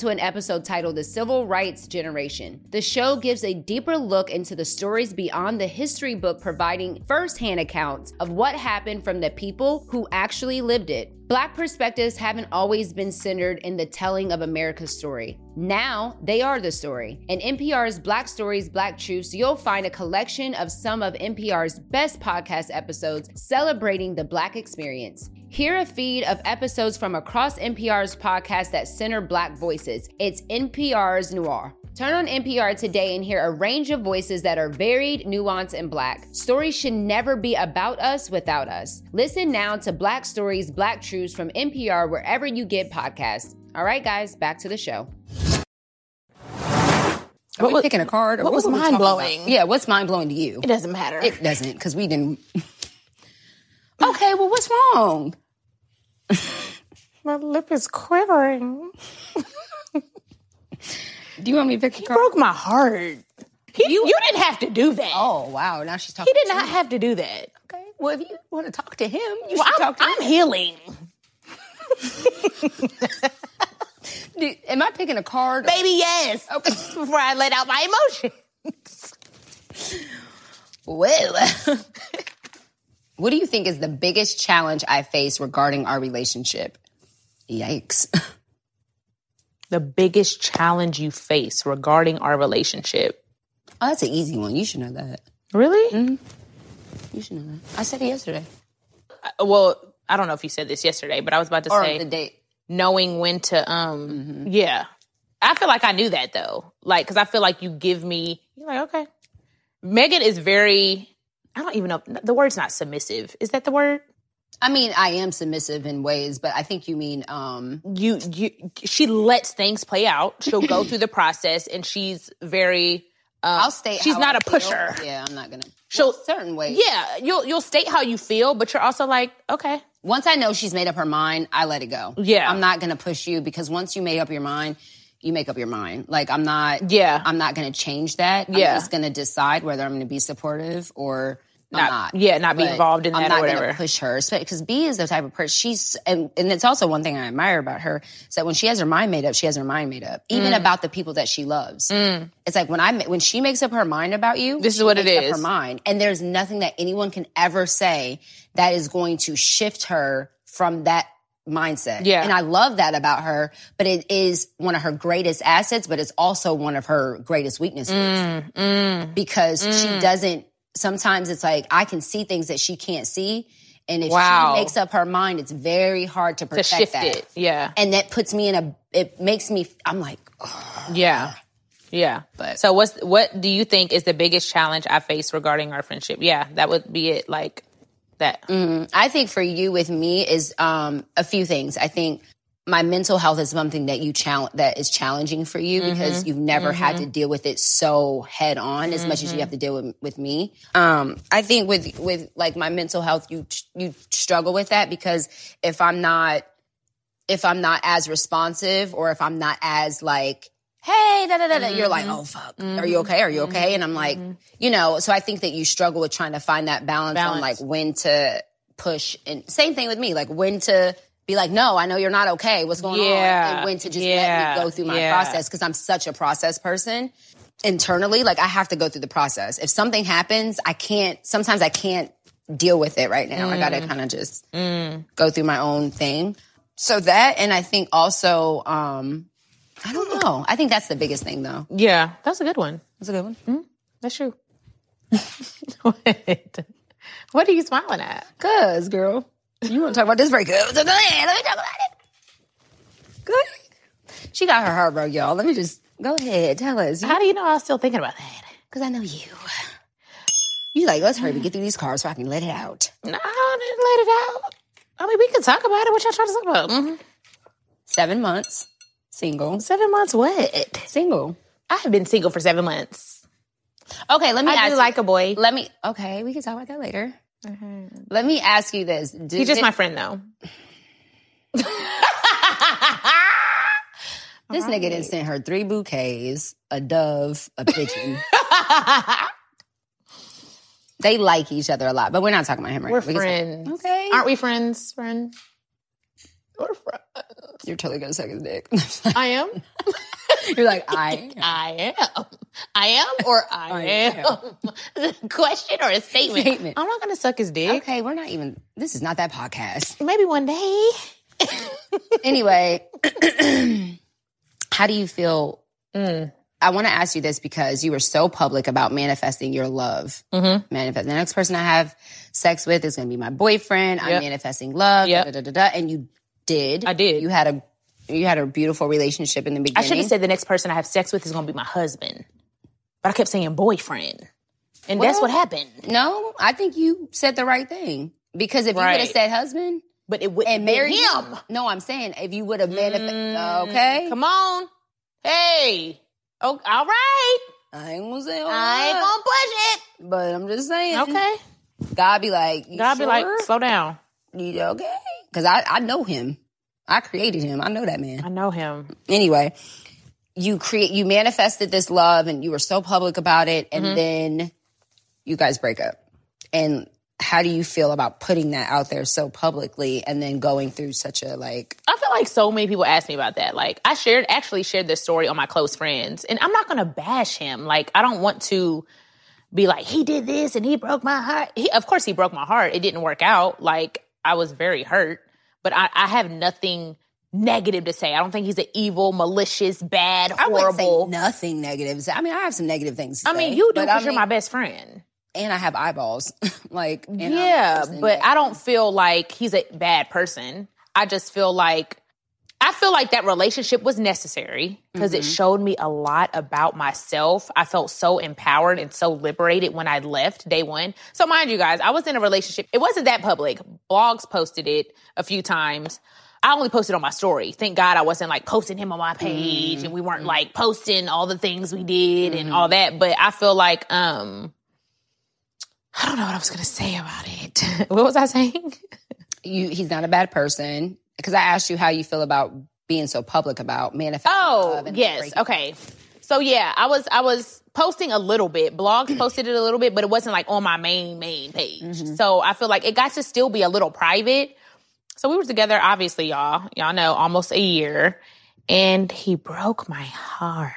[SPEAKER 2] to an episode titled The Civil Rights Generation. The show gives a deeper look into the stories beyond the history book, providing firsthand accounts of what happened from the people who actually lived it. Black perspectives haven't always been centered in the telling of America's story. Now they are the story. In NPR's Black Stories, Black Truths, you'll find a collection of some of NPR's best podcast episodes celebrating the Black experience. Hear a feed of episodes from across NPR's podcasts that center Black voices. It's NPR's Noir. Turn on NPR today and hear a range of voices that are varied, nuanced, and black. Stories should never be about us without us. Listen now to Black Stories, Black Truths from NPR wherever you get podcasts. All right, guys, back to the show. Are
[SPEAKER 1] What
[SPEAKER 2] we
[SPEAKER 1] was-
[SPEAKER 2] picking a card? or
[SPEAKER 1] what was
[SPEAKER 2] were we
[SPEAKER 1] mind
[SPEAKER 2] talking about?
[SPEAKER 1] blowing?
[SPEAKER 2] Yeah, what's mind blowing to you?
[SPEAKER 1] It doesn't matter.
[SPEAKER 2] It doesn't, because we didn't. okay, well, what's wrong?
[SPEAKER 1] My lip is quivering.
[SPEAKER 2] Do you want me to pick a card?
[SPEAKER 1] Broke my heart. He, you, didn't have to do that.
[SPEAKER 2] Oh wow! Now she's talking.
[SPEAKER 1] He did
[SPEAKER 2] to
[SPEAKER 1] not
[SPEAKER 2] you.
[SPEAKER 1] have to do that.
[SPEAKER 2] Okay. Well, if you want to talk to him, you
[SPEAKER 1] Well,
[SPEAKER 2] should
[SPEAKER 1] I'm,
[SPEAKER 2] talk to him.
[SPEAKER 1] I'm healing.
[SPEAKER 2] Do- am I picking a card?
[SPEAKER 1] Baby, yes. Before I let out my emotion.
[SPEAKER 2] Well, what do you think is the biggest challenge I face regarding our relationship? Yikes. Oh,
[SPEAKER 1] The biggest challenge you face regarding our relationship.
[SPEAKER 2] Oh, that's an easy one. You should know that.
[SPEAKER 1] Really?
[SPEAKER 2] You should know that. I said it yesterday.
[SPEAKER 1] Uh, Well, I don't know if you said this yesterday, but I was about to
[SPEAKER 2] Or
[SPEAKER 1] say
[SPEAKER 2] the date.
[SPEAKER 1] knowing when to um
[SPEAKER 2] Mm-hmm.
[SPEAKER 1] yeah. I feel like I knew that though. Like cuz I feel like you give me you're like okay. Megan is very I don't even know the word's not submissive. Is that the word?
[SPEAKER 2] I mean, I am submissive in ways, but I think you mean um
[SPEAKER 1] you you she lets things play out. She'll go through the process, and she's very. Um,
[SPEAKER 2] I'll state
[SPEAKER 1] She's
[SPEAKER 2] how
[SPEAKER 1] not
[SPEAKER 2] I
[SPEAKER 1] a
[SPEAKER 2] feel.
[SPEAKER 1] pusher.
[SPEAKER 2] Yeah, I'm not gonna
[SPEAKER 1] She'll-
[SPEAKER 2] Well, certain ways.
[SPEAKER 1] Yeah, you'll you'll state how you feel, but you're also like, okay,
[SPEAKER 2] Once I know she's made up her mind, I let it go.
[SPEAKER 1] Yeah.
[SPEAKER 2] I'm not gonna push you because once you made up your mind, you make up your mind. Like I'm not
[SPEAKER 1] yeah,
[SPEAKER 2] I'm not gonna change that.
[SPEAKER 1] Yeah.
[SPEAKER 2] I'm just gonna decide whether I'm gonna be supportive or I'm
[SPEAKER 1] not,
[SPEAKER 2] not.
[SPEAKER 1] yeah, not be
[SPEAKER 2] But
[SPEAKER 1] involved in
[SPEAKER 2] I'm
[SPEAKER 1] that
[SPEAKER 2] not
[SPEAKER 1] or
[SPEAKER 2] Gonna
[SPEAKER 1] whatever.
[SPEAKER 2] push her because B is the type of person she's, and, and it's also one thing I admire about her is that when she has her mind made up, she has her mind made up, even
[SPEAKER 1] Mm.
[SPEAKER 2] about the people that she loves. It's like when I ma- when she makes up her mind about you,
[SPEAKER 1] This is
[SPEAKER 2] she
[SPEAKER 1] what it
[SPEAKER 2] makes up
[SPEAKER 1] is.
[SPEAKER 2] Her mind, and there's nothing that anyone can ever say that is going to shift her from that mindset.
[SPEAKER 1] Yeah.
[SPEAKER 2] and I love that about her. But it is one of her greatest assets, but it's also one of her greatest weaknesses
[SPEAKER 1] Mm.
[SPEAKER 2] because she doesn't sometimes it's like I can see things that she can't see. And if
[SPEAKER 1] Wow.
[SPEAKER 2] she makes up her mind, it's very hard to
[SPEAKER 1] To
[SPEAKER 2] protect
[SPEAKER 1] shift
[SPEAKER 2] that.
[SPEAKER 1] it, yeah,
[SPEAKER 2] And that puts me in a it makes me I'm like, "Ugh."
[SPEAKER 1] yeah, yeah.
[SPEAKER 2] But-
[SPEAKER 1] so, what's what do you think is the biggest challenge I face regarding our friendship? Yeah, that would be it. Like that.
[SPEAKER 2] I think for you with me is um a few things. I think my mental health is something that you challenge that is challenging for you because
[SPEAKER 1] Mm-hmm.
[SPEAKER 2] you've never had to deal with it so head on as much as you
[SPEAKER 1] Mm-hmm.
[SPEAKER 2] have to deal with, with me. Um, I think with with like my mental health, you you struggle with that because if I'm not if I'm not as responsive or if I'm not as like, hey, da da da, da you're like, oh fuck, are you okay? Are you okay? And I'm like, you know, so I think that you struggle with trying to find that balance, on
[SPEAKER 1] Balance.
[SPEAKER 2] like when to push and same thing with me, like when to be like, no, I know you're not okay. What's going on?
[SPEAKER 1] Yeah.
[SPEAKER 2] And when to just
[SPEAKER 1] Yeah.
[SPEAKER 2] let me go through my
[SPEAKER 1] Yeah.
[SPEAKER 2] process because I'm such a process person internally. Like I have to go through the process. If something happens, I can't, sometimes I can't deal with it right now. I gotta kind of just go through my own thing. So that, and I think also, um, I don't know. I think that's the biggest thing, though.
[SPEAKER 1] Yeah, that's a good one.
[SPEAKER 2] That's a good one.
[SPEAKER 1] That's true. what? what are you smiling at?
[SPEAKER 2] Cause, girl, you want to talk about this breakup? So go ahead. Let me talk about it. Go ahead. She got her heart broke, y'all. Let me just go ahead. Tell us,
[SPEAKER 1] How do you know I was still thinking about that?
[SPEAKER 2] because I know you. You like, let's hurry up and get through these cards so I can let it out.
[SPEAKER 1] No, I didn't let it out. I mean, we can talk about it. What y'all trying to talk about?
[SPEAKER 2] Seven months, single,
[SPEAKER 1] Mm-hmm. Seven months. What?
[SPEAKER 2] single.
[SPEAKER 1] I have been single for seven months.
[SPEAKER 2] Okay, let me
[SPEAKER 1] I
[SPEAKER 2] ask.
[SPEAKER 1] do
[SPEAKER 2] you-
[SPEAKER 1] like a boy.
[SPEAKER 2] let me. Okay, we can talk about that later. Let me ask you this: Did
[SPEAKER 1] He's just my friend, though.
[SPEAKER 2] This nigga didn't send her three bouquets, a dove, a pigeon. they like each other a lot, but we're not talking about him right
[SPEAKER 1] We're
[SPEAKER 2] now. We can say-
[SPEAKER 1] friends.
[SPEAKER 2] Okay.
[SPEAKER 1] Aren't we friends, friend? We're friends.
[SPEAKER 2] You're totally gonna suck his dick.
[SPEAKER 1] I am.
[SPEAKER 2] You're like, I
[SPEAKER 1] I am. I am or I,
[SPEAKER 2] I
[SPEAKER 1] am. Is it a question or a statement?
[SPEAKER 2] Statement.
[SPEAKER 1] I'm not going to suck his dick.
[SPEAKER 2] Okay, we're not even this is not that podcast.
[SPEAKER 1] Maybe one day.
[SPEAKER 2] Anyway, how do you feel?
[SPEAKER 1] Mm.
[SPEAKER 2] I want to ask you this because you were so public about manifesting your love.
[SPEAKER 1] Mm-hmm.
[SPEAKER 2] manifest. The next person I have sex with is going to be my boyfriend. I'm
[SPEAKER 1] Yep.
[SPEAKER 2] manifesting love.
[SPEAKER 1] Yep.
[SPEAKER 2] Da, da, da, da, and you did.
[SPEAKER 1] I did.
[SPEAKER 2] You had a you had a beautiful relationship in the
[SPEAKER 1] I
[SPEAKER 2] beginning.
[SPEAKER 1] should have said the next person I have sex with is going to be my husband. But I kept saying boyfriend. And that's
[SPEAKER 2] Well-
[SPEAKER 1] what happened.
[SPEAKER 2] no. I think you said the right thing because if you would have
[SPEAKER 1] Right.
[SPEAKER 2] said husband
[SPEAKER 1] But it wouldn't
[SPEAKER 2] and married
[SPEAKER 1] be him. Mm.
[SPEAKER 2] no, I'm saying if you would have manifested. okay,
[SPEAKER 1] Come on. Hey. Oh, all right.
[SPEAKER 2] I ain't gonna say all
[SPEAKER 1] I ain't going
[SPEAKER 2] that,
[SPEAKER 1] to push
[SPEAKER 2] but I'm just saying.
[SPEAKER 1] it. Okay.
[SPEAKER 2] God be like, you
[SPEAKER 1] God be like,
[SPEAKER 2] sure?
[SPEAKER 1] slow down.
[SPEAKER 2] You okay? Because I I know him. I created him. I know that man.
[SPEAKER 1] I know him.
[SPEAKER 2] anyway you create you manifested this love and you were so public about it
[SPEAKER 1] Mm-hmm.
[SPEAKER 2] and then you guys break up and how do you feel about putting that out there so publicly and then going through such a like
[SPEAKER 1] I feel like so many people ask me about that. Like I shared actually shared this story on my close friends, and I'm not gonna bash him. Like I don't want to be like he did this and he broke my heart. He, of course, he broke my heart. It didn't work out. Like I was very hurt, but I, I have nothing negative to say. I don't think he's an evil, malicious, bad,
[SPEAKER 2] I wouldn't
[SPEAKER 1] horrible.
[SPEAKER 2] say nothing negative i mean i have some negative things to
[SPEAKER 1] I mean,
[SPEAKER 2] say,
[SPEAKER 1] you do
[SPEAKER 2] but I
[SPEAKER 1] because you're
[SPEAKER 2] mean-
[SPEAKER 1] my best friend.
[SPEAKER 2] and i have eyeballs like and I'm a
[SPEAKER 1] yeah,
[SPEAKER 2] person
[SPEAKER 1] but
[SPEAKER 2] that-
[SPEAKER 1] I don't feel like he's a bad person. I just feel like I feel like that relationship was necessary because
[SPEAKER 2] Mm-hmm.
[SPEAKER 1] it showed me a lot about myself. I felt so empowered and so liberated when I left day one. So mind you guys, I was in a relationship. It wasn't that public. Blogs posted it a few times. I only posted on my story. Thank God I wasn't like posting him on my page
[SPEAKER 2] Mm-hmm.
[SPEAKER 1] and we weren't like posting all the things we did and all that. But I feel like um I don't know what I was gonna say about it. what was I saying?
[SPEAKER 2] you he's not a bad person because i asked you how you feel about being so public about manifesting
[SPEAKER 1] Oh,
[SPEAKER 2] love and
[SPEAKER 1] yes.
[SPEAKER 2] breaking-
[SPEAKER 1] Okay. So yeah, I was I was posting a little bit. Blogs posted it a little bit, but it wasn't like on my main main page. So I feel like it got to still be a little private. So we were together obviously, y'all. Y'all know almost a year and he broke my heart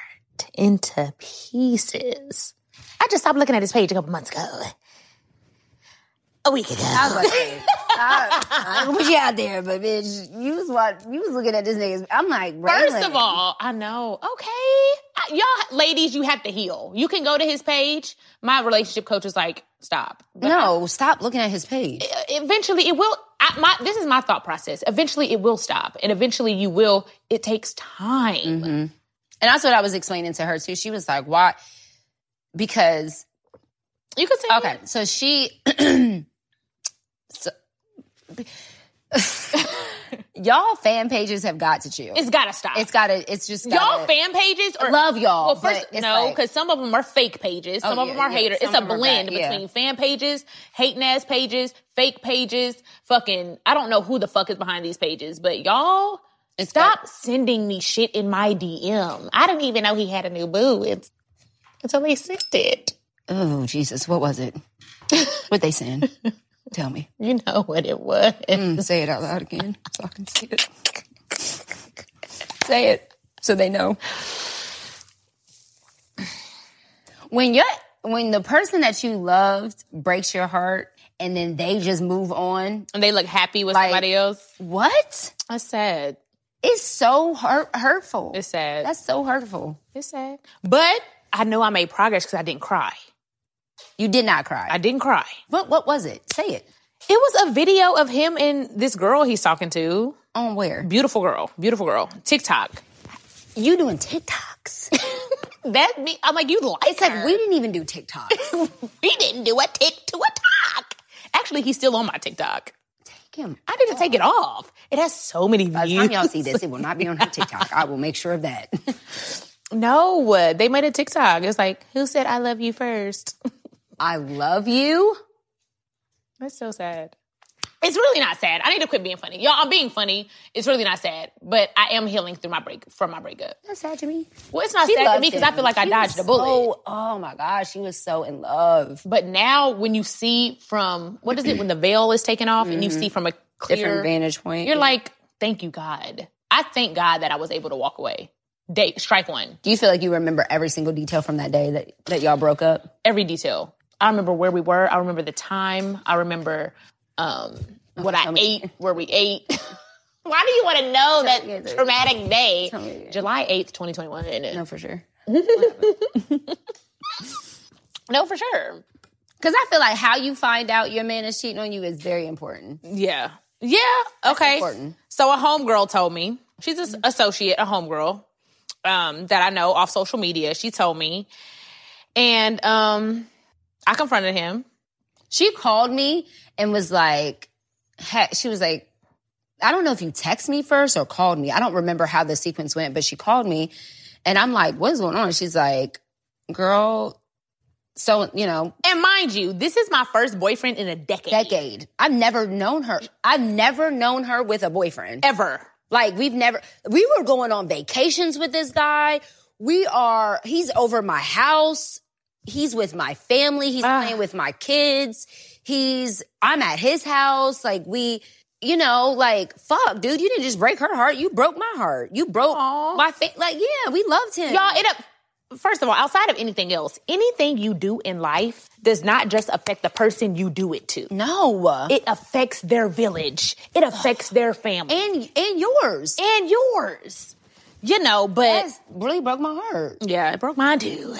[SPEAKER 1] into pieces. I just stopped looking at his page a couple months ago. A week ago.
[SPEAKER 2] I was like, I, I don't put you out there, but bitch, you was what you was looking at this nigga's. I'm like,
[SPEAKER 1] First
[SPEAKER 2] Braylon,
[SPEAKER 1] of all, I know. Okay. I- Y'all, ladies, you have to heal. You can go to his page. My relationship coach is like, stop. But
[SPEAKER 2] no, stop looking at his page.
[SPEAKER 1] eventually, it will. I, my, this is my thought process. Eventually, it will stop. And eventually, you will. It takes time.
[SPEAKER 2] Mm-hmm. And that's what I was explaining to her too. She was like, why? Because
[SPEAKER 1] You could say,
[SPEAKER 2] okay, so she, so, y'all fan pages have got to chill.
[SPEAKER 1] It's gotta stop.
[SPEAKER 2] it's gotta. It's just
[SPEAKER 1] y'all
[SPEAKER 2] gotta,
[SPEAKER 1] fan pages are
[SPEAKER 2] Love y'all,
[SPEAKER 1] Well, first
[SPEAKER 2] but it's
[SPEAKER 1] no,
[SPEAKER 2] like-
[SPEAKER 1] because some of them are fake pages, some
[SPEAKER 2] Oh,
[SPEAKER 1] of them
[SPEAKER 2] yeah,
[SPEAKER 1] are
[SPEAKER 2] yeah,
[SPEAKER 1] haters.
[SPEAKER 2] some
[SPEAKER 1] It's a
[SPEAKER 2] of 'em are
[SPEAKER 1] blend
[SPEAKER 2] bad, yeah.
[SPEAKER 1] between fan pages, hating ass pages, fake pages, fucking. I don't know who the fuck is behind these pages, but y'all.
[SPEAKER 2] It's
[SPEAKER 1] Stop sending me shit in my DM. I didn't even know he had a new boo. It's until they sent it.
[SPEAKER 2] Oh Jesus, what was it? What they saying? Tell me.
[SPEAKER 1] You know what it was.
[SPEAKER 2] Mm, say it out loud again so I can see it. say it so they know. When you when the person that you loved breaks your heart and then they just move on,
[SPEAKER 1] And they look happy with
[SPEAKER 2] Like-
[SPEAKER 1] somebody else.
[SPEAKER 2] what?
[SPEAKER 1] That's sad.
[SPEAKER 2] It's so hurt, hurtful.
[SPEAKER 1] It's sad.
[SPEAKER 2] That's so hurtful.
[SPEAKER 1] it's sad. But I know I made progress because I didn't cry.
[SPEAKER 2] You did not cry.
[SPEAKER 1] I didn't cry.
[SPEAKER 2] what what was it? Say it.
[SPEAKER 1] It was a video of him and this girl he's talking to.
[SPEAKER 2] On where?
[SPEAKER 1] Beautiful girl, beautiful girl. TikTok.
[SPEAKER 2] You doing TikToks?
[SPEAKER 1] That me. I'm like, you like
[SPEAKER 2] it's like
[SPEAKER 1] her.
[SPEAKER 2] we didn't even do TikToks.
[SPEAKER 1] We didn't do a tick to a talk. Actually, he's still on my TikTok.
[SPEAKER 2] Kim,
[SPEAKER 1] I didn't take it off. It has so many
[SPEAKER 2] By the time y'all
[SPEAKER 1] views.
[SPEAKER 2] see this, it will not be on her TikTok. I will make sure of that.
[SPEAKER 1] No, uh, they made a TikTok. It's like, who said I love you first?
[SPEAKER 2] I love you.
[SPEAKER 1] That's so sad. It's really not sad. I need to quit being funny. Y'all, I'm being funny. It's really not sad, but I am healing through my break from my breakup.
[SPEAKER 2] That's sad to me.
[SPEAKER 1] Well, it's not sad to me because I feel like I dodged a bullet.
[SPEAKER 2] Oh, oh my gosh, she was so in love.
[SPEAKER 1] But now, when you see from what is it when the veil is taken off and you see from a clear
[SPEAKER 2] Mm-hmm. Different vantage point.
[SPEAKER 1] you're like, thank you, God. I thank God that I was able to walk away. Date strike one.
[SPEAKER 2] do you feel like you remember every single detail from that day that, that y'all broke up?
[SPEAKER 1] Every detail. I remember where we were. I remember the time. I remember um, what I
[SPEAKER 2] Oh, tell me.
[SPEAKER 1] ate. Where we ate. Why do you want to know that
[SPEAKER 2] me again.
[SPEAKER 1] traumatic day?
[SPEAKER 2] me again.
[SPEAKER 1] July eighth, twenty twenty one. Isn't it?
[SPEAKER 2] No, for sure.
[SPEAKER 1] no, for sure.
[SPEAKER 2] Because I feel like how you find out your man is cheating on you is very important.
[SPEAKER 1] Yeah. Yeah. Okay.
[SPEAKER 2] important.
[SPEAKER 1] So a homegirl told me, she's an associate, a homegirl um, that I know off social media. She told me. And um, I confronted him.
[SPEAKER 2] She called me and was like, heck, she was like, I don't know if you text me first or called me. I don't remember how the sequence went, but she called me and I'm like, what's going on? She's like, girl, so, you know,
[SPEAKER 1] And mind you, this is my first boyfriend in a decade.
[SPEAKER 2] decade. I've never known her. I've never known her with a boyfriend.
[SPEAKER 1] Ever.
[SPEAKER 2] Like we've never, we were going on vacations with this guy. We are, he's over my house. He's with my family. He's
[SPEAKER 1] Ah.
[SPEAKER 2] playing with my kids. He's, I'm at his house. Like we, you know, like fuck, dude, you didn't just break her heart. You broke my heart. You broke
[SPEAKER 1] Aw.
[SPEAKER 2] my fa- Like, yeah, we loved him.
[SPEAKER 1] Y'all, it up. First of all, outside of anything else, anything you do in life does not just affect the person you do it to.
[SPEAKER 2] no.
[SPEAKER 1] It affects their village. It affects their family.
[SPEAKER 2] and, and yours.
[SPEAKER 1] and yours. You know, but
[SPEAKER 2] That's really broke my heart.
[SPEAKER 1] yeah, it broke mine too.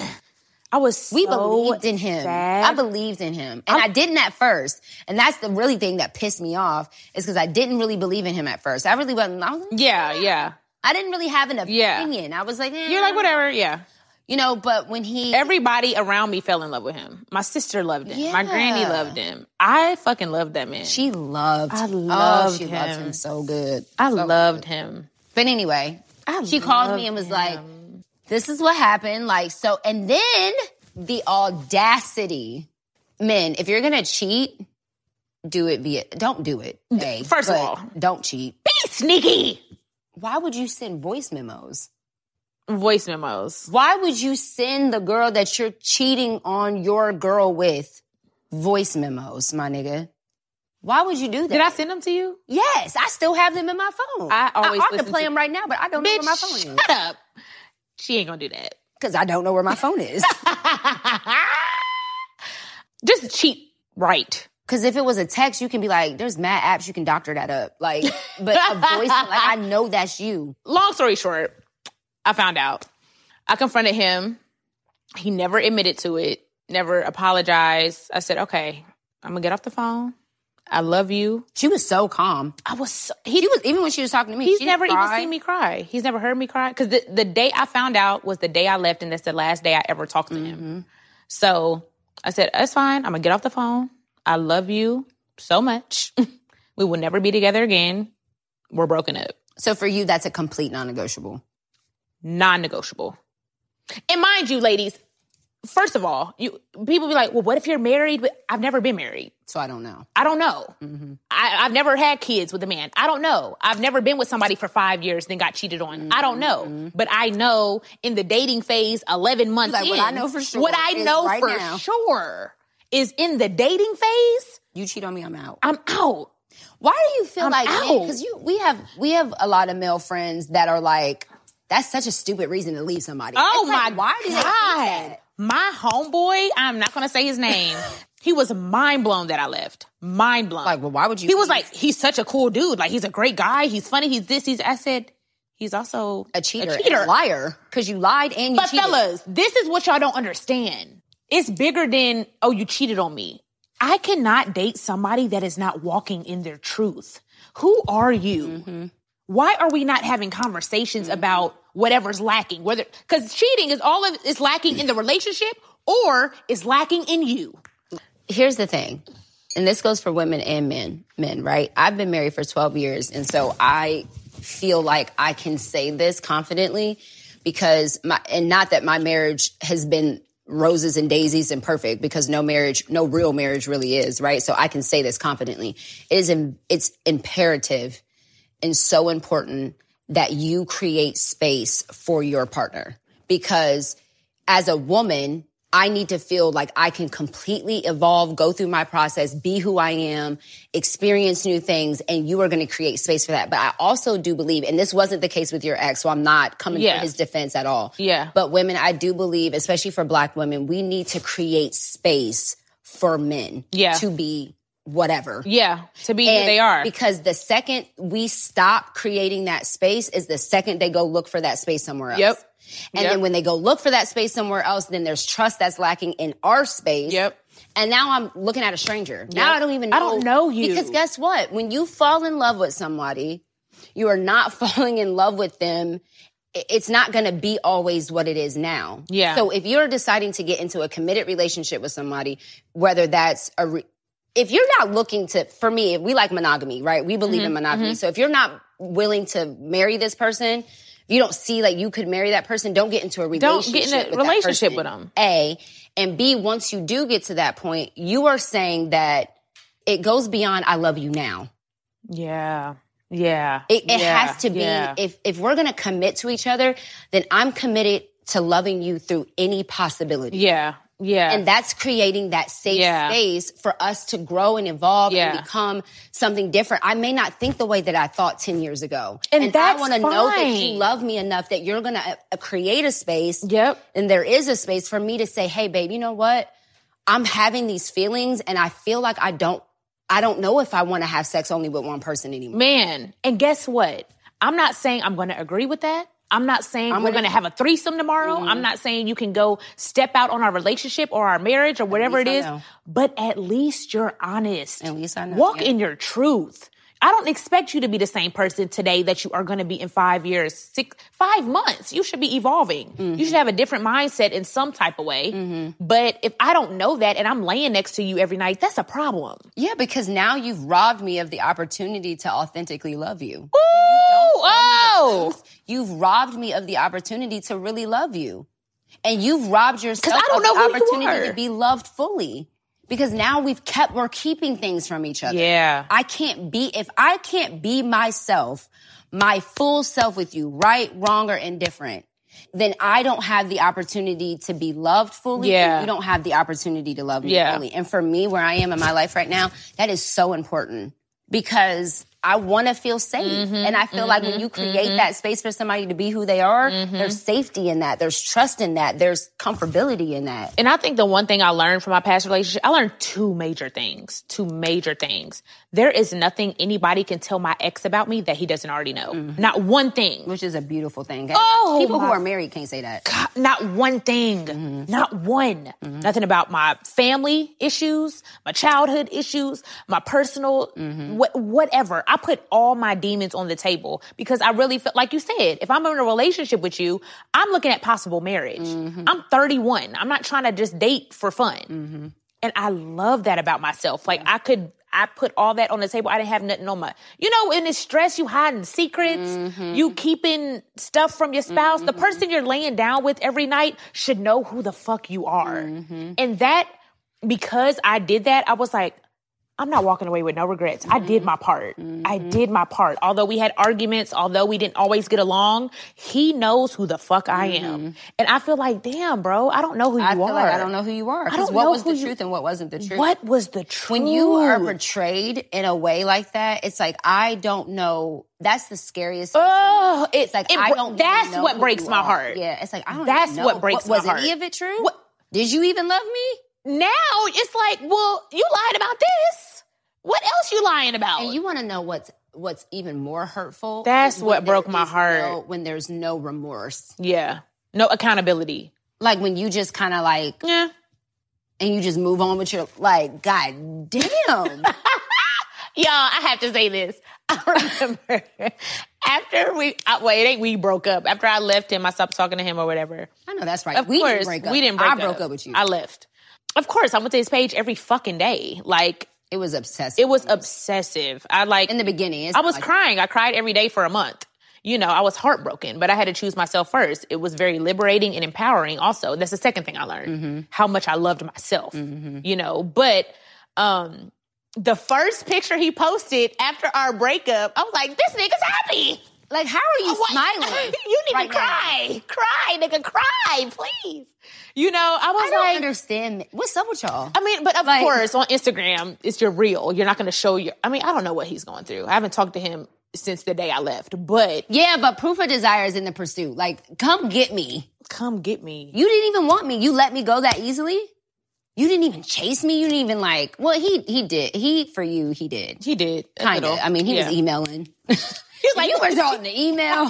[SPEAKER 1] I was
[SPEAKER 2] We
[SPEAKER 1] so
[SPEAKER 2] believed in him.
[SPEAKER 1] sad.
[SPEAKER 2] I believed in him. And I'm, I did not at first. And that's the really thing that pissed me off is because I didn't really believe in him at first. I really wasn't. I, was like,
[SPEAKER 1] yeah, yeah.
[SPEAKER 2] I didn't really have an
[SPEAKER 1] Yeah.
[SPEAKER 2] opinion. I was like, eh.
[SPEAKER 1] You're like whatever, yeah.
[SPEAKER 2] You know, but when he.
[SPEAKER 1] Everybody around me fell in love with him. My sister loved him. My
[SPEAKER 2] Yeah.
[SPEAKER 1] granny loved him. I fucking loved that man.
[SPEAKER 2] she loved.
[SPEAKER 1] I
[SPEAKER 2] oh,
[SPEAKER 1] loved
[SPEAKER 2] she loved
[SPEAKER 1] him.
[SPEAKER 2] him so good.
[SPEAKER 1] I loved him.
[SPEAKER 2] But anyway,
[SPEAKER 1] I
[SPEAKER 2] she called
[SPEAKER 1] loved
[SPEAKER 2] me and was
[SPEAKER 1] him.
[SPEAKER 2] like, this is what happened. Like, so, and then the audacity. Men, if you're going to cheat, do it via, don't do it. A,
[SPEAKER 1] First of
[SPEAKER 2] but
[SPEAKER 1] all.
[SPEAKER 2] don't cheat.
[SPEAKER 1] "Be sneaky."
[SPEAKER 2] why would you send voice memos?
[SPEAKER 1] Voice memos.
[SPEAKER 2] Why would you send the girl that you're cheating on your girl with voice memos, my nigga? Why would you do that?
[SPEAKER 1] Did I send them to you?
[SPEAKER 2] yes, I still have them in my phone.
[SPEAKER 1] I always
[SPEAKER 2] I ought to
[SPEAKER 1] listen
[SPEAKER 2] play
[SPEAKER 1] to-
[SPEAKER 2] them right now, but I don't know where my
[SPEAKER 1] Bitch,
[SPEAKER 2] phone is
[SPEAKER 1] shut up. She ain't gonna do that.
[SPEAKER 2] because I don't know where my phone is.
[SPEAKER 1] Just cheat right.
[SPEAKER 2] Because if it was a text, you can be like, "There's mad apps you can doctor that up." Like, but a voice, like I know that's you.
[SPEAKER 1] long story short, I found out. I confronted him. He never admitted to it, never apologized. I said, okay, I'm gonna get off the phone. I love you.
[SPEAKER 2] She was so calm.
[SPEAKER 1] I was, so, he,
[SPEAKER 2] She was even when she was talking to me.
[SPEAKER 1] he's
[SPEAKER 2] she
[SPEAKER 1] never
[SPEAKER 2] didn't
[SPEAKER 1] even
[SPEAKER 2] cry.
[SPEAKER 1] seen me cry. He's never heard me cry. Because the, the day I found out was the day I left, and that's the last day I ever talked to
[SPEAKER 2] Mm-hmm.
[SPEAKER 1] him. So I said, that's fine. I'm gonna get off the phone. I love you so much. we will never be together again. we're broken up.
[SPEAKER 2] So for you, that's a complete non-negotiable.
[SPEAKER 1] Non-negotiable. And mind you, ladies, first of all, you people be like, well, what if you're married? But I've never been married.
[SPEAKER 2] So I don't know.
[SPEAKER 1] I don't know.
[SPEAKER 2] Mm-hmm.
[SPEAKER 1] I, I've never had kids with a man. I don't know. I've never been with somebody for five years then got cheated on. I don't
[SPEAKER 2] Mm-hmm.
[SPEAKER 1] know. But I know in the dating phase, eleven months
[SPEAKER 2] Like,
[SPEAKER 1] in,
[SPEAKER 2] what I know for sure
[SPEAKER 1] what I
[SPEAKER 2] is
[SPEAKER 1] know
[SPEAKER 2] right
[SPEAKER 1] for
[SPEAKER 2] now.
[SPEAKER 1] sure is in the dating phase.
[SPEAKER 2] You cheat on me, I'm out.
[SPEAKER 1] I'm out.
[SPEAKER 2] Why do you feel
[SPEAKER 1] I'm
[SPEAKER 2] like
[SPEAKER 1] out.
[SPEAKER 2] because you we have we have a lot of male friends that are like that's such a stupid reason to leave somebody.
[SPEAKER 1] Oh
[SPEAKER 2] It's
[SPEAKER 1] my
[SPEAKER 2] like, why do they think
[SPEAKER 1] god!
[SPEAKER 2] that?
[SPEAKER 1] My homeboy, I'm not gonna say his name. he was mind blown that I left. Mind blown.
[SPEAKER 2] Like, well, why would you?
[SPEAKER 1] he was
[SPEAKER 2] leave?
[SPEAKER 1] like, he's such a cool dude. Like, he's a great guy. He's funny. He's this. He's. I said, he's also
[SPEAKER 2] a cheater,
[SPEAKER 1] A
[SPEAKER 2] and
[SPEAKER 1] cheater.
[SPEAKER 2] a liar, because you lied and you
[SPEAKER 1] But
[SPEAKER 2] cheated.
[SPEAKER 1] fellas, this is what y'all don't understand. It's bigger than oh, you cheated on me. I cannot date somebody that is not walking in their truth. Who are you?
[SPEAKER 2] Mm-hmm.
[SPEAKER 1] Why are we not having conversations about whatever's lacking? Whether because cheating is all of is lacking in the relationship or is lacking in you.
[SPEAKER 2] here's the thing and this goes for women and men men right i've been married for 12 years and so i feel like i can say this confidently because my and not that my marriage has been roses and daisies and perfect because no marriage no real marriage really is right so i can say this confidently it is in, it's imperative and so important that you create space for your partner because as a woman, I need to feel like I can completely evolve, go through my process, be who I am, experience new things, and you are going to create space for that. But I also do believe, and this wasn't the case with your ex, so I'm not coming
[SPEAKER 1] Yeah.
[SPEAKER 2] for his defense at all.
[SPEAKER 1] Yeah.
[SPEAKER 2] But women, I do believe, especially for black women, we need to create space for men
[SPEAKER 1] Yeah.
[SPEAKER 2] to be whatever.
[SPEAKER 1] Yeah, to be
[SPEAKER 2] And Because the second we stop creating that space is the second they go look for that space somewhere else.
[SPEAKER 1] Yep.
[SPEAKER 2] And
[SPEAKER 1] Yep.
[SPEAKER 2] then when they go look for that space somewhere else, then there's trust that's lacking in our space.
[SPEAKER 1] Yep.
[SPEAKER 2] And now I'm looking at a stranger. Now
[SPEAKER 1] Yep.
[SPEAKER 2] I don't even know.
[SPEAKER 1] I don't know you.
[SPEAKER 2] Because guess what? When you fall in love with somebody, you are not falling in love with them. I- It's not going to be always what it is now.
[SPEAKER 1] Yeah.
[SPEAKER 2] So if you're deciding to get into a committed relationship with somebody, whether that's a, re- if you're not looking to, for me, we like monogamy, right? We believe
[SPEAKER 1] Mm-hmm.
[SPEAKER 2] in monogamy. So if you're not willing to marry this person, if you don't see like you could marry that person, don't get into a
[SPEAKER 1] Don't
[SPEAKER 2] relationship.
[SPEAKER 1] get in a
[SPEAKER 2] with that
[SPEAKER 1] relationship
[SPEAKER 2] person,
[SPEAKER 1] with 'em.
[SPEAKER 2] A and B. Once you do get to that point, you are saying that it goes beyond "I love you" now.
[SPEAKER 1] yeah, yeah.
[SPEAKER 2] It, it
[SPEAKER 1] yeah,
[SPEAKER 2] has to be
[SPEAKER 1] yeah.
[SPEAKER 2] if if we're going to commit to each other, then I'm committed to loving you through any possibility.
[SPEAKER 1] yeah, yeah.
[SPEAKER 2] And that's creating that safe
[SPEAKER 1] Yeah.
[SPEAKER 2] space for us to grow and evolve
[SPEAKER 1] Yeah.
[SPEAKER 2] and become something different. I may not think the way that I thought 10 years ago.
[SPEAKER 1] And
[SPEAKER 2] I
[SPEAKER 1] that's
[SPEAKER 2] want to know that you
[SPEAKER 1] fine.
[SPEAKER 2] love me enough that you're going to uh, create a space.
[SPEAKER 1] Yep.
[SPEAKER 2] And there is a space for me to say, hey, babe, you know what? I'm having these feelings and I feel like I don't, I don't know if I want to have sex only with one person anymore.
[SPEAKER 1] Man, and guess what? I'm not saying I'm going to agree with that. I'm not saying we're going to have a threesome tomorrow.
[SPEAKER 2] Mm-hmm.
[SPEAKER 1] I'm not saying you can go step out on our relationship or our marriage or whatever it
[SPEAKER 2] least I
[SPEAKER 1] is,
[SPEAKER 2] know.
[SPEAKER 1] but at least you're honest. At
[SPEAKER 2] least I know,
[SPEAKER 1] Walk
[SPEAKER 2] yeah.
[SPEAKER 1] in your truth. I don't expect you to be the same person today that you are going to be in five years, six, five months. You should be evolving.
[SPEAKER 2] Mm-hmm.
[SPEAKER 1] You should have a different mindset in some type of way. But if I don't know that and I'm laying next to you every night, that's a problem.
[SPEAKER 2] Yeah, because now you've robbed me of the opportunity to authentically love you.
[SPEAKER 1] Ooh,
[SPEAKER 2] tell me
[SPEAKER 1] oh,
[SPEAKER 2] the truth, you've robbed me of the opportunity to really love you. And you've robbed yourself
[SPEAKER 1] 'Cause I don't
[SPEAKER 2] of
[SPEAKER 1] know who
[SPEAKER 2] the
[SPEAKER 1] you
[SPEAKER 2] opportunity
[SPEAKER 1] are.
[SPEAKER 2] to be loved fully. Because now we've kept we're keeping things from each other.
[SPEAKER 1] yeah.
[SPEAKER 2] I can't be if I can't be myself, my full self with you, right, wrong, or indifferent, then I don't have the opportunity to be loved fully. and
[SPEAKER 1] Yeah.
[SPEAKER 2] you don't have the opportunity to love me
[SPEAKER 1] Yeah.
[SPEAKER 2] fully. And for me, where I am in my life right now, that is so important because I want to feel safe.
[SPEAKER 1] Mm-hmm.
[SPEAKER 2] and I feel like when you create that space for somebody to be who they are,
[SPEAKER 1] Mm-hmm.
[SPEAKER 2] there's safety in that, there's trust in that, there's comfortability in that.
[SPEAKER 1] And I think the one thing I learned from my past relationship, I learned two major things. Two major things. There is nothing anybody can tell my ex about me that he doesn't already know. Not one thing.
[SPEAKER 2] Which is a beautiful thing.
[SPEAKER 1] Oh,
[SPEAKER 2] People who
[SPEAKER 1] my-
[SPEAKER 2] are married can't say that.
[SPEAKER 1] Not one thing. Not one. Nothing about my family issues, my childhood issues, my personal wha- whatever. I put all my demons on the table because I really felt like you said, if I'm in a relationship with you, I'm looking at possible marriage. I'm 31. I'm not trying to just date for fun. And I love that about myself. Like I could I put all that on the table. I didn't have nothing on my, you know, in this stress, you hiding secrets,
[SPEAKER 4] Mm-hmm.
[SPEAKER 1] you keeping stuff from your spouse. The person you're laying down with every night should know who the fuck you are.
[SPEAKER 4] Mm-hmm.
[SPEAKER 1] And that, because I did that, I was like, I'm not walking away with no regrets. I did
[SPEAKER 4] Mm-hmm.
[SPEAKER 1] my part. I did my part. Although we had arguments, although we didn't always get along, he knows who the fuck I am. And I feel like, damn, bro, I don't know who you
[SPEAKER 4] Mm-hmm. I
[SPEAKER 1] are.
[SPEAKER 4] feel like I don't know who you are.
[SPEAKER 1] I
[SPEAKER 4] Because
[SPEAKER 1] don't
[SPEAKER 4] what
[SPEAKER 1] know
[SPEAKER 4] was
[SPEAKER 1] who
[SPEAKER 4] the
[SPEAKER 1] you-
[SPEAKER 4] truth and what wasn't the truth?
[SPEAKER 1] What was the truth?
[SPEAKER 4] when you are portrayed in a way like that, it's like I don't know. That's the scariest. thing to me.
[SPEAKER 1] Oh, it's
[SPEAKER 4] it's like
[SPEAKER 1] it,
[SPEAKER 4] I don't. even
[SPEAKER 1] That's
[SPEAKER 4] know
[SPEAKER 1] what
[SPEAKER 4] who
[SPEAKER 1] breaks
[SPEAKER 4] you
[SPEAKER 1] my
[SPEAKER 4] are.
[SPEAKER 1] heart.
[SPEAKER 4] Yeah, it's like I don't.
[SPEAKER 1] That's
[SPEAKER 4] even know.
[SPEAKER 1] what breaks
[SPEAKER 4] was
[SPEAKER 1] my
[SPEAKER 4] any
[SPEAKER 1] heart.
[SPEAKER 4] of it true?
[SPEAKER 1] What-
[SPEAKER 4] Did you even love me?
[SPEAKER 1] Now it's like, well, you lied about this. What else you lying about?
[SPEAKER 4] And you want to know what's what's even more hurtful?
[SPEAKER 1] That's
[SPEAKER 4] is
[SPEAKER 1] what
[SPEAKER 4] when there
[SPEAKER 1] broke my
[SPEAKER 4] is
[SPEAKER 1] heart.
[SPEAKER 4] no- when there's no remorse,
[SPEAKER 1] yeah, no accountability.
[SPEAKER 4] like when you just kind of like
[SPEAKER 1] Yeah,
[SPEAKER 4] and you just move on with your like. God damn.
[SPEAKER 1] y'all. I have to say this. I remember after we uh, well, it ain't we broke up. After I left him, I stopped talking to him or whatever.
[SPEAKER 4] I know that's right.
[SPEAKER 1] Of
[SPEAKER 4] we
[SPEAKER 1] course,
[SPEAKER 4] didn't break up.
[SPEAKER 1] we didn't break
[SPEAKER 4] I
[SPEAKER 1] up.
[SPEAKER 4] broke up with you.
[SPEAKER 1] I left. Of course, I went to his page every fucking day. Like
[SPEAKER 4] it was obsessive.
[SPEAKER 1] it was obsessive. I like
[SPEAKER 4] in the beginning. It's
[SPEAKER 1] I was
[SPEAKER 4] like,
[SPEAKER 1] crying. I cried every day for a month. You know, I was heartbroken, but I had to choose myself first. It was very liberating and empowering, also. That's the second thing I learned
[SPEAKER 4] Mm-hmm.
[SPEAKER 1] how much I loved myself, you know. But um, the first picture he posted after our breakup, I was like, this nigga's happy.
[SPEAKER 4] Like, how are you
[SPEAKER 1] What?
[SPEAKER 4] smiling?
[SPEAKER 1] Oh, you need
[SPEAKER 4] right
[SPEAKER 1] to cry. Cry, nigga, cry, please. You know, I was
[SPEAKER 4] I don't
[SPEAKER 1] like,
[SPEAKER 4] understand. What's up with y'all?
[SPEAKER 1] I mean, but of
[SPEAKER 4] Like-
[SPEAKER 1] course, on Instagram, it's your real. You're not going to show your. I mean, I don't know what he's going through. I haven't talked to him since the day I left. But
[SPEAKER 4] Yeah, but proof of desire is in the pursuit. Like, come get me.
[SPEAKER 1] come get me.
[SPEAKER 4] You didn't even want me. You let me go that easily. You didn't even chase me. You didn't even like. Well, he he did. He for you. He did.
[SPEAKER 1] He did a
[SPEAKER 4] Kind of.
[SPEAKER 1] little.
[SPEAKER 4] I mean, he
[SPEAKER 1] Yeah.
[SPEAKER 4] was emailing. he was
[SPEAKER 1] like-
[SPEAKER 4] you were talking the email in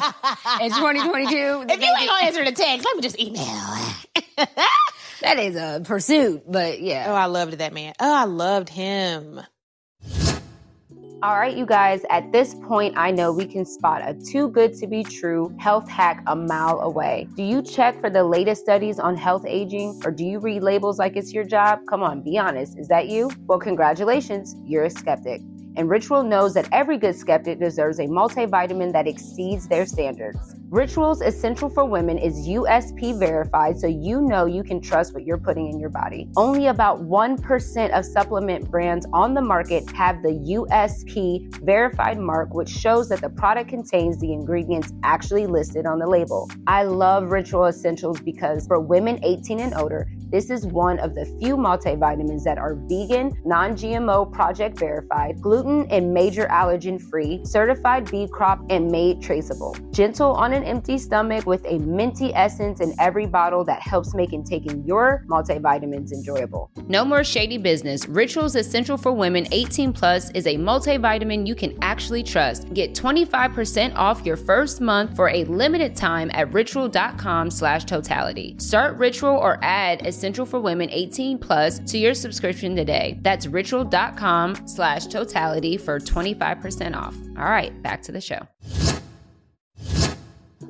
[SPEAKER 4] 2022.
[SPEAKER 1] If you ain't gonna answer the text, let me just email.
[SPEAKER 4] that is a pursuit. But yeah,
[SPEAKER 1] Oh, I loved that man. Oh, I loved him.
[SPEAKER 2] All right, you guys, at this point, I know we can spot a too good to be true health hack a mile away. Do you check for the latest studies on health aging or do you read labels like it's your job? Come on, be honest. Is that you? Well, congratulations, you're a skeptic. And Ritual knows that every good skeptic deserves a multivitamin that exceeds their standards. Ritual's Essential for Women is USP verified, so you know you can trust what you're putting in your body. Only about 1% of supplement brands on the market have the USP verified mark, which shows that the product contains the ingredients actually listed on the label. I love Ritual Essentials because for women 18 and older, this is one of the few multivitamins that are vegan, non GMO project verified, gluten and major allergen free, certified bee crop, and made traceable. Gentle on an empty stomach with a minty essence in every bottle that helps making taking your multivitamins enjoyable.
[SPEAKER 4] no more shady business.
[SPEAKER 2] Rituals Essential for Women 18 Plus is a multivitamin you can actually trust. Get 25% off your first month for a limited time at ritual.com slash totality. Start Ritual or add Essential for Women 18 Plus to your subscription today. That's ritual.com slash totality for 25% off. All right, back to the show.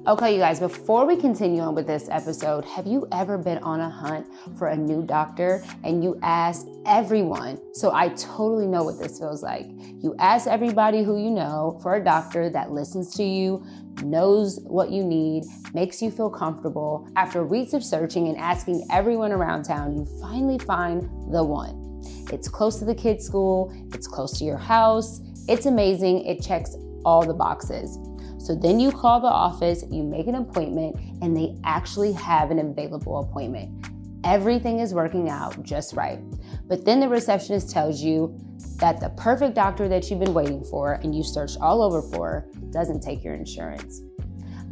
[SPEAKER 2] Okay, you guys, before we continue on with this episode, have you ever been on a hunt for a new doctor and you asked everyone? So I totally know what this feels like. You ask everybody who you know for a doctor that listens to you, knows what you need, makes you feel comfortable. After weeks of searching and asking everyone around town, you finally find the one. It's close to the kids' school, it's close to your house. It's amazing, it checks all the boxes. So then you call the office, you make an appointment, and they actually have an available appointment. Everything is working out just right. But then the receptionist tells you that the perfect doctor that you've been waiting for and you searched all over for doesn't take your insurance.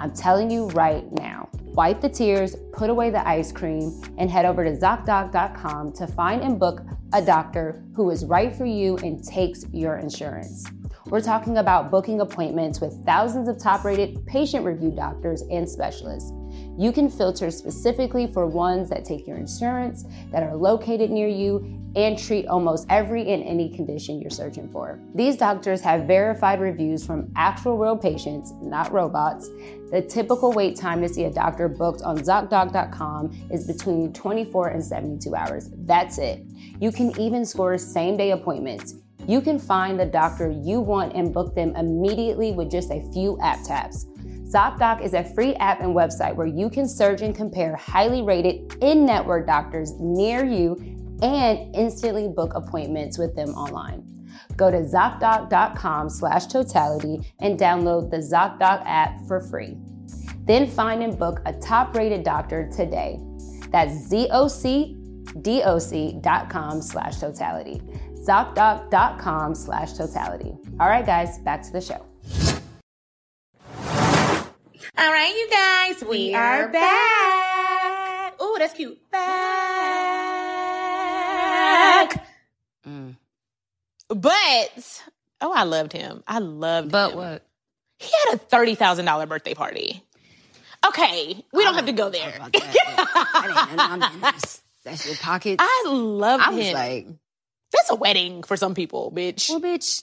[SPEAKER 2] I'm telling you right now. Wipe the tears, put away the ice cream, and head over to ZocDoc.com to find and book a doctor who is right for you and takes your insurance. We're talking about booking appointments with thousands of top rated patient reviewed doctors and specialists. You can filter specifically for ones that take your insurance, that are located near you, and treat almost every and any condition you're searching for. These doctors have verified reviews from actual real patients, not robots. The typical wait time to see a doctor booked on ZocDoc.com is between 24 and 72 hours. That's it. You can even score same day appointments.
[SPEAKER 3] you can find the doctor you want and book them immediately with just a few app taps. ZocDoc is a free app and website where you can search and compare highly rated in network doctors near you and instantly book appointments with them online. Go to ZocDoc.com slash totality and download the ZocDoc app for free. Then find and book a top rated doctor today. That's ZocDoc.com slash totality. ZocDoc.com slash totality. All right, guys, back to the show.
[SPEAKER 1] All right, you guys, we, are, back. Oh, that's cute. Back.
[SPEAKER 2] Mm.
[SPEAKER 1] But, oh, I loved him. I loved
[SPEAKER 2] But
[SPEAKER 1] him.
[SPEAKER 2] what?
[SPEAKER 1] He had a $30,000 birthday party. Okay, we don't have to go there.
[SPEAKER 2] About that, but I didn't know none of that's, that's your pocket. I,
[SPEAKER 1] I love him.
[SPEAKER 2] was like,
[SPEAKER 1] that's a wedding for some people, bitch.
[SPEAKER 2] well, bitch,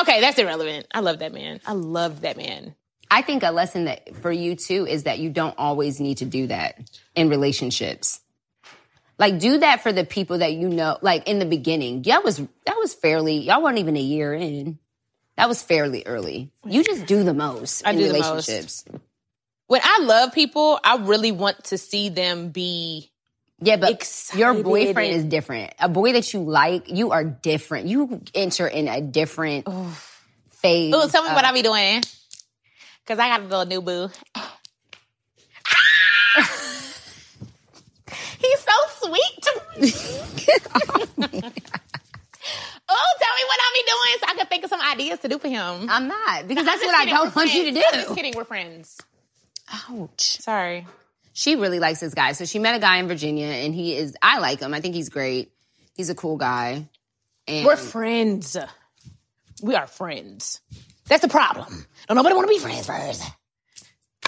[SPEAKER 1] Okay, that's irrelevant. I love that man. I love that man.
[SPEAKER 2] I think a lesson that for you too is that you don't always need to do that in relationships. Like do that for the people that you know. Like in the beginning, y'all was that was fairly y'all weren't even a year in. That was fairly early. You just do the most
[SPEAKER 1] I
[SPEAKER 2] in
[SPEAKER 1] do the most.
[SPEAKER 2] relationships.
[SPEAKER 1] When I love people, I really want to see them be
[SPEAKER 2] Yeah, but
[SPEAKER 1] Excited.
[SPEAKER 2] your boyfriend is different. A boy that you like, you are different. You enter in a different phase.
[SPEAKER 1] Ooh, uh, tell me
[SPEAKER 2] of-
[SPEAKER 1] what I be doing. Cause I got a little new boo. He's so sweet to me. oh, tell me what I be doing so I can think of some ideas to do for him.
[SPEAKER 2] I'm not because that's
[SPEAKER 1] Just
[SPEAKER 2] what I
[SPEAKER 1] kidding,
[SPEAKER 2] don't
[SPEAKER 1] we're
[SPEAKER 2] want you to
[SPEAKER 1] friends.
[SPEAKER 2] do.
[SPEAKER 1] I'm just kidding, we're friends.
[SPEAKER 2] Ouch.
[SPEAKER 1] Sorry.
[SPEAKER 2] she really likes this guy. So she met a guy in Virginia, and he is. I like him. I think he's great. He's a cool guy. And
[SPEAKER 1] We're friends. We are friends. That's the problem. Don't nobody want to be friends first.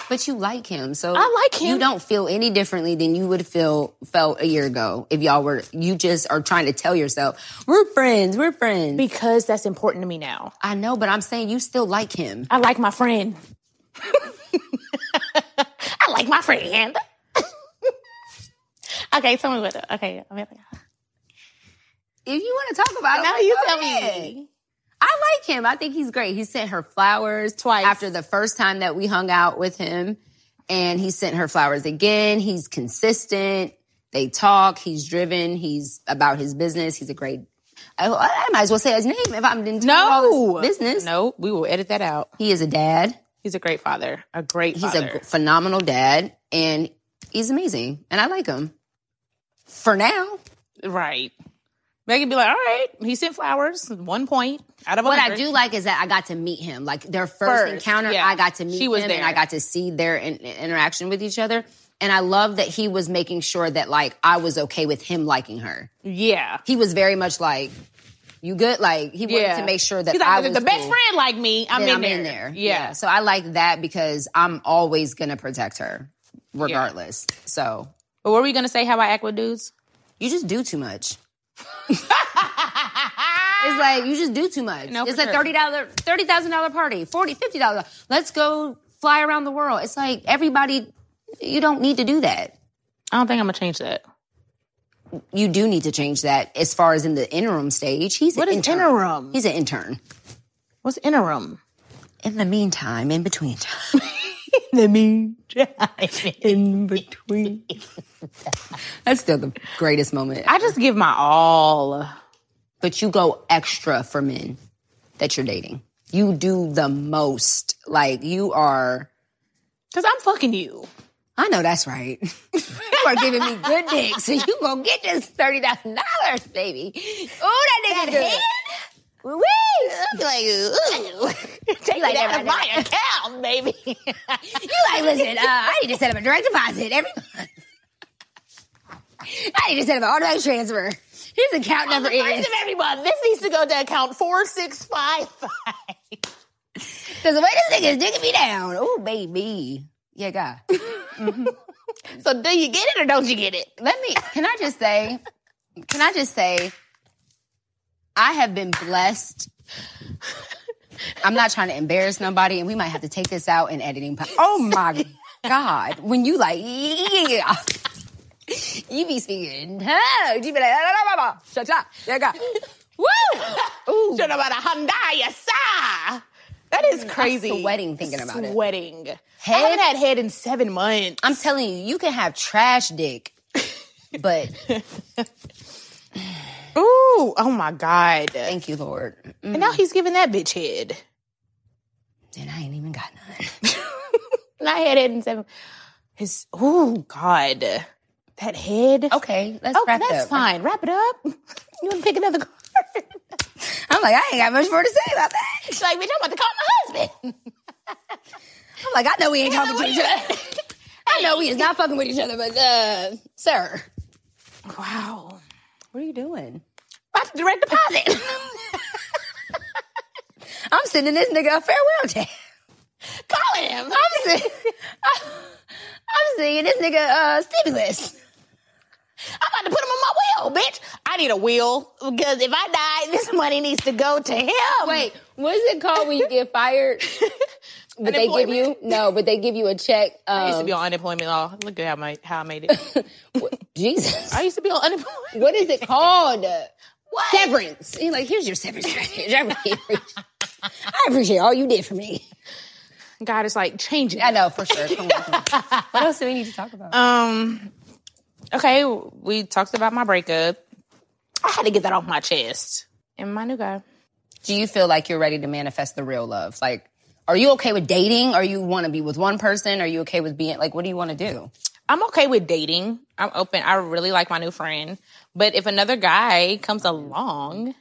[SPEAKER 2] but you like him, so
[SPEAKER 1] I like him.
[SPEAKER 2] You don't feel any differently than you would feel felt a year ago if y'all were. You just are trying to tell yourself we're friends. We're friends.
[SPEAKER 1] Because that's important to me now.
[SPEAKER 2] I know, but I'm saying you still like him.
[SPEAKER 1] I like my friend. I like my friend. okay, tell me what. the- Okay, I mean,
[SPEAKER 2] If you want to talk about it,
[SPEAKER 1] now
[SPEAKER 2] like,
[SPEAKER 1] you
[SPEAKER 2] go
[SPEAKER 1] tell
[SPEAKER 2] ahead.
[SPEAKER 1] me.
[SPEAKER 2] I like him. I think he's great. He sent her flowers
[SPEAKER 1] Twice.
[SPEAKER 2] after the first time that we hung out with him, and he sent her flowers again. He's consistent. They talk. He's driven. He's about his business. He's a great. I, I might as well say his name if I'm into all
[SPEAKER 1] No
[SPEAKER 2] this business.
[SPEAKER 1] No, we will edit that out.
[SPEAKER 2] He is a dad.
[SPEAKER 1] He's a great father. A great.
[SPEAKER 2] He's
[SPEAKER 1] father.
[SPEAKER 2] a phenomenal dad, and he's amazing. And I like him for now.
[SPEAKER 1] right. Megan be like, all right. He sent flowers. One point out of
[SPEAKER 2] What
[SPEAKER 1] 100.
[SPEAKER 2] I do like is that I got to meet him. Like their first,
[SPEAKER 1] First,
[SPEAKER 2] encounter,
[SPEAKER 1] yeah.
[SPEAKER 2] I got to meet
[SPEAKER 1] She was
[SPEAKER 2] him
[SPEAKER 1] there.
[SPEAKER 2] and I got to see their in- interaction with each other. And I love that he was making sure that like I was okay with him liking her.
[SPEAKER 1] Yeah.
[SPEAKER 2] He was very much like, "You good?" Like he wanted
[SPEAKER 1] Yeah.
[SPEAKER 2] to make sure that
[SPEAKER 1] He's like,
[SPEAKER 2] I
[SPEAKER 1] the
[SPEAKER 2] was
[SPEAKER 1] best
[SPEAKER 2] cool,
[SPEAKER 1] friend like me. I'm,
[SPEAKER 2] that
[SPEAKER 1] in,
[SPEAKER 2] I'm
[SPEAKER 1] there.
[SPEAKER 2] in there.
[SPEAKER 1] Yeah.
[SPEAKER 2] So I like that because I'm always gonna protect her, regardless. So
[SPEAKER 1] But were we gonna say how I act with dudes?
[SPEAKER 2] you just do too much. it's like you just do too much.
[SPEAKER 1] No,
[SPEAKER 2] it's
[SPEAKER 1] for
[SPEAKER 2] a
[SPEAKER 1] sure.
[SPEAKER 2] thirty dollar, thirty thousand dollar party, forty, fifty dollar. Let's go fly around the world. It's like everybody. You don't need to do that.
[SPEAKER 1] I don't think I'm gonna change that.
[SPEAKER 2] You do need to change that as far as in the interim stage. He's
[SPEAKER 1] What
[SPEAKER 2] an
[SPEAKER 1] is
[SPEAKER 2] intern.
[SPEAKER 1] interim?
[SPEAKER 2] He's an intern.
[SPEAKER 1] What's interim?
[SPEAKER 2] In the meantime, in between time,
[SPEAKER 1] The mean
[SPEAKER 2] in between. That's still the greatest moment.
[SPEAKER 1] I just give my all.
[SPEAKER 2] but you go extra for men that you're dating. You do the most. Like you are.
[SPEAKER 1] Cause I'm fucking you.
[SPEAKER 2] I know that's right. you are giving me good dick, so you gonna get this thirty thousand dollars, baby. Ooh, that nigga good. Woo!
[SPEAKER 1] I'll be like, ooh. Take
[SPEAKER 2] like
[SPEAKER 1] that
[SPEAKER 2] that
[SPEAKER 1] to
[SPEAKER 2] right
[SPEAKER 1] my account, baby.
[SPEAKER 2] You like listen? Uh, I need to set up a direct deposit every month. I need to set up an automatic transfer. His account
[SPEAKER 1] the
[SPEAKER 2] number
[SPEAKER 1] first
[SPEAKER 2] is
[SPEAKER 1] of every month. This needs to go to account four six five five.
[SPEAKER 2] because the way this nigga is digging me down. Ooh, baby. Yeah, God.
[SPEAKER 1] So do you get it or don't you get it?
[SPEAKER 2] Let me. Can I just say? Can I just say? I have been blessed. I'm not trying to embarrass nobody, and we might have to take this out in editing. po- Oh my God! When you like, yeah, you be speaking in tongues. You be like, la, la, la, la, la. shut up. There you go.
[SPEAKER 1] Woo! Ooh. Should about a Hyundai, yes, sir. That is crazy.
[SPEAKER 2] sweating thinking about it.
[SPEAKER 1] Sweating. I
[SPEAKER 2] Head?
[SPEAKER 1] haven't had head in seven months.
[SPEAKER 2] I'm telling you, you can have trash dick, but
[SPEAKER 1] Ooh, oh my God.
[SPEAKER 2] thank you, Lord. Mm,
[SPEAKER 1] And now he's giving that bitch head.
[SPEAKER 2] And I ain't even got none.
[SPEAKER 1] And I had head in seven. His, ooh, God. That head.
[SPEAKER 2] Okay, let's
[SPEAKER 1] Oh,
[SPEAKER 2] wrap it
[SPEAKER 1] that's
[SPEAKER 2] up.
[SPEAKER 1] fine. Wrap it up. You want to pick another card?
[SPEAKER 2] I'm like, I ain't got much more to say about that.
[SPEAKER 1] She's like, bitch, I'm about to call my husband.
[SPEAKER 2] I'm like, I know we ain't talking to each other. I know we is not fucking with each other, but uh, sir,
[SPEAKER 1] Wow.
[SPEAKER 2] what are you doing?
[SPEAKER 1] About to direct deposit.
[SPEAKER 2] I'm sending this nigga a farewell check.
[SPEAKER 1] Calling him.
[SPEAKER 2] I'm sending, I'm sending this nigga uh, stimulus.
[SPEAKER 1] I'm about to put him on my will, bitch. I need a will because if I die, this money needs to go to him.
[SPEAKER 2] Wait, what is it called when you get fired? But they give you no, but they give you a check.
[SPEAKER 1] I used to be
[SPEAKER 2] Um,
[SPEAKER 1] on unemployment law. Look at how, my, how I made it.
[SPEAKER 2] Jesus,
[SPEAKER 1] I used to be on unemployment.
[SPEAKER 2] what is it called?
[SPEAKER 1] What?
[SPEAKER 2] Severance. You're like, here's your severance package. I really appreciate, I appreciate all you did for me.
[SPEAKER 1] God is like changing.
[SPEAKER 2] I know for sure. Come on, come on. What else do we need to talk about?
[SPEAKER 1] Um. Okay, we talked about my breakup. I had to get that off my chest. And my new guy.
[SPEAKER 2] do you feel like you're ready to manifest the real love? Like, are you okay with dating? Are you want to be with one person? Are you okay with being like? What do you want to do?
[SPEAKER 1] I'm okay with dating. I'm open. I really like my new friend. But if another guy comes along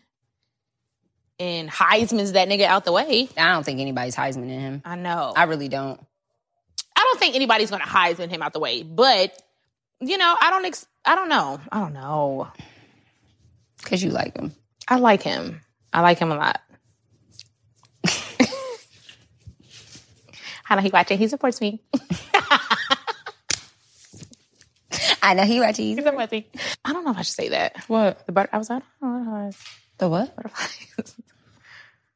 [SPEAKER 1] and Heisman's that nigga out the way,
[SPEAKER 2] I don't think anybody's Heisman in him.
[SPEAKER 1] I know.
[SPEAKER 2] I really don't.
[SPEAKER 1] I don't think anybody's gonna Heisman him out the way. But you know, I don't. Ex- I don't know. I don't know.
[SPEAKER 2] Cause you like him.
[SPEAKER 1] I like him. I like him a lot. I know he watching. He supports me.
[SPEAKER 2] I know he likes you.
[SPEAKER 1] He supports me. I don't know if I should say that.
[SPEAKER 2] What
[SPEAKER 1] The butter. I was like, "Oh, I don't know.
[SPEAKER 2] the what?
[SPEAKER 1] Butterflies.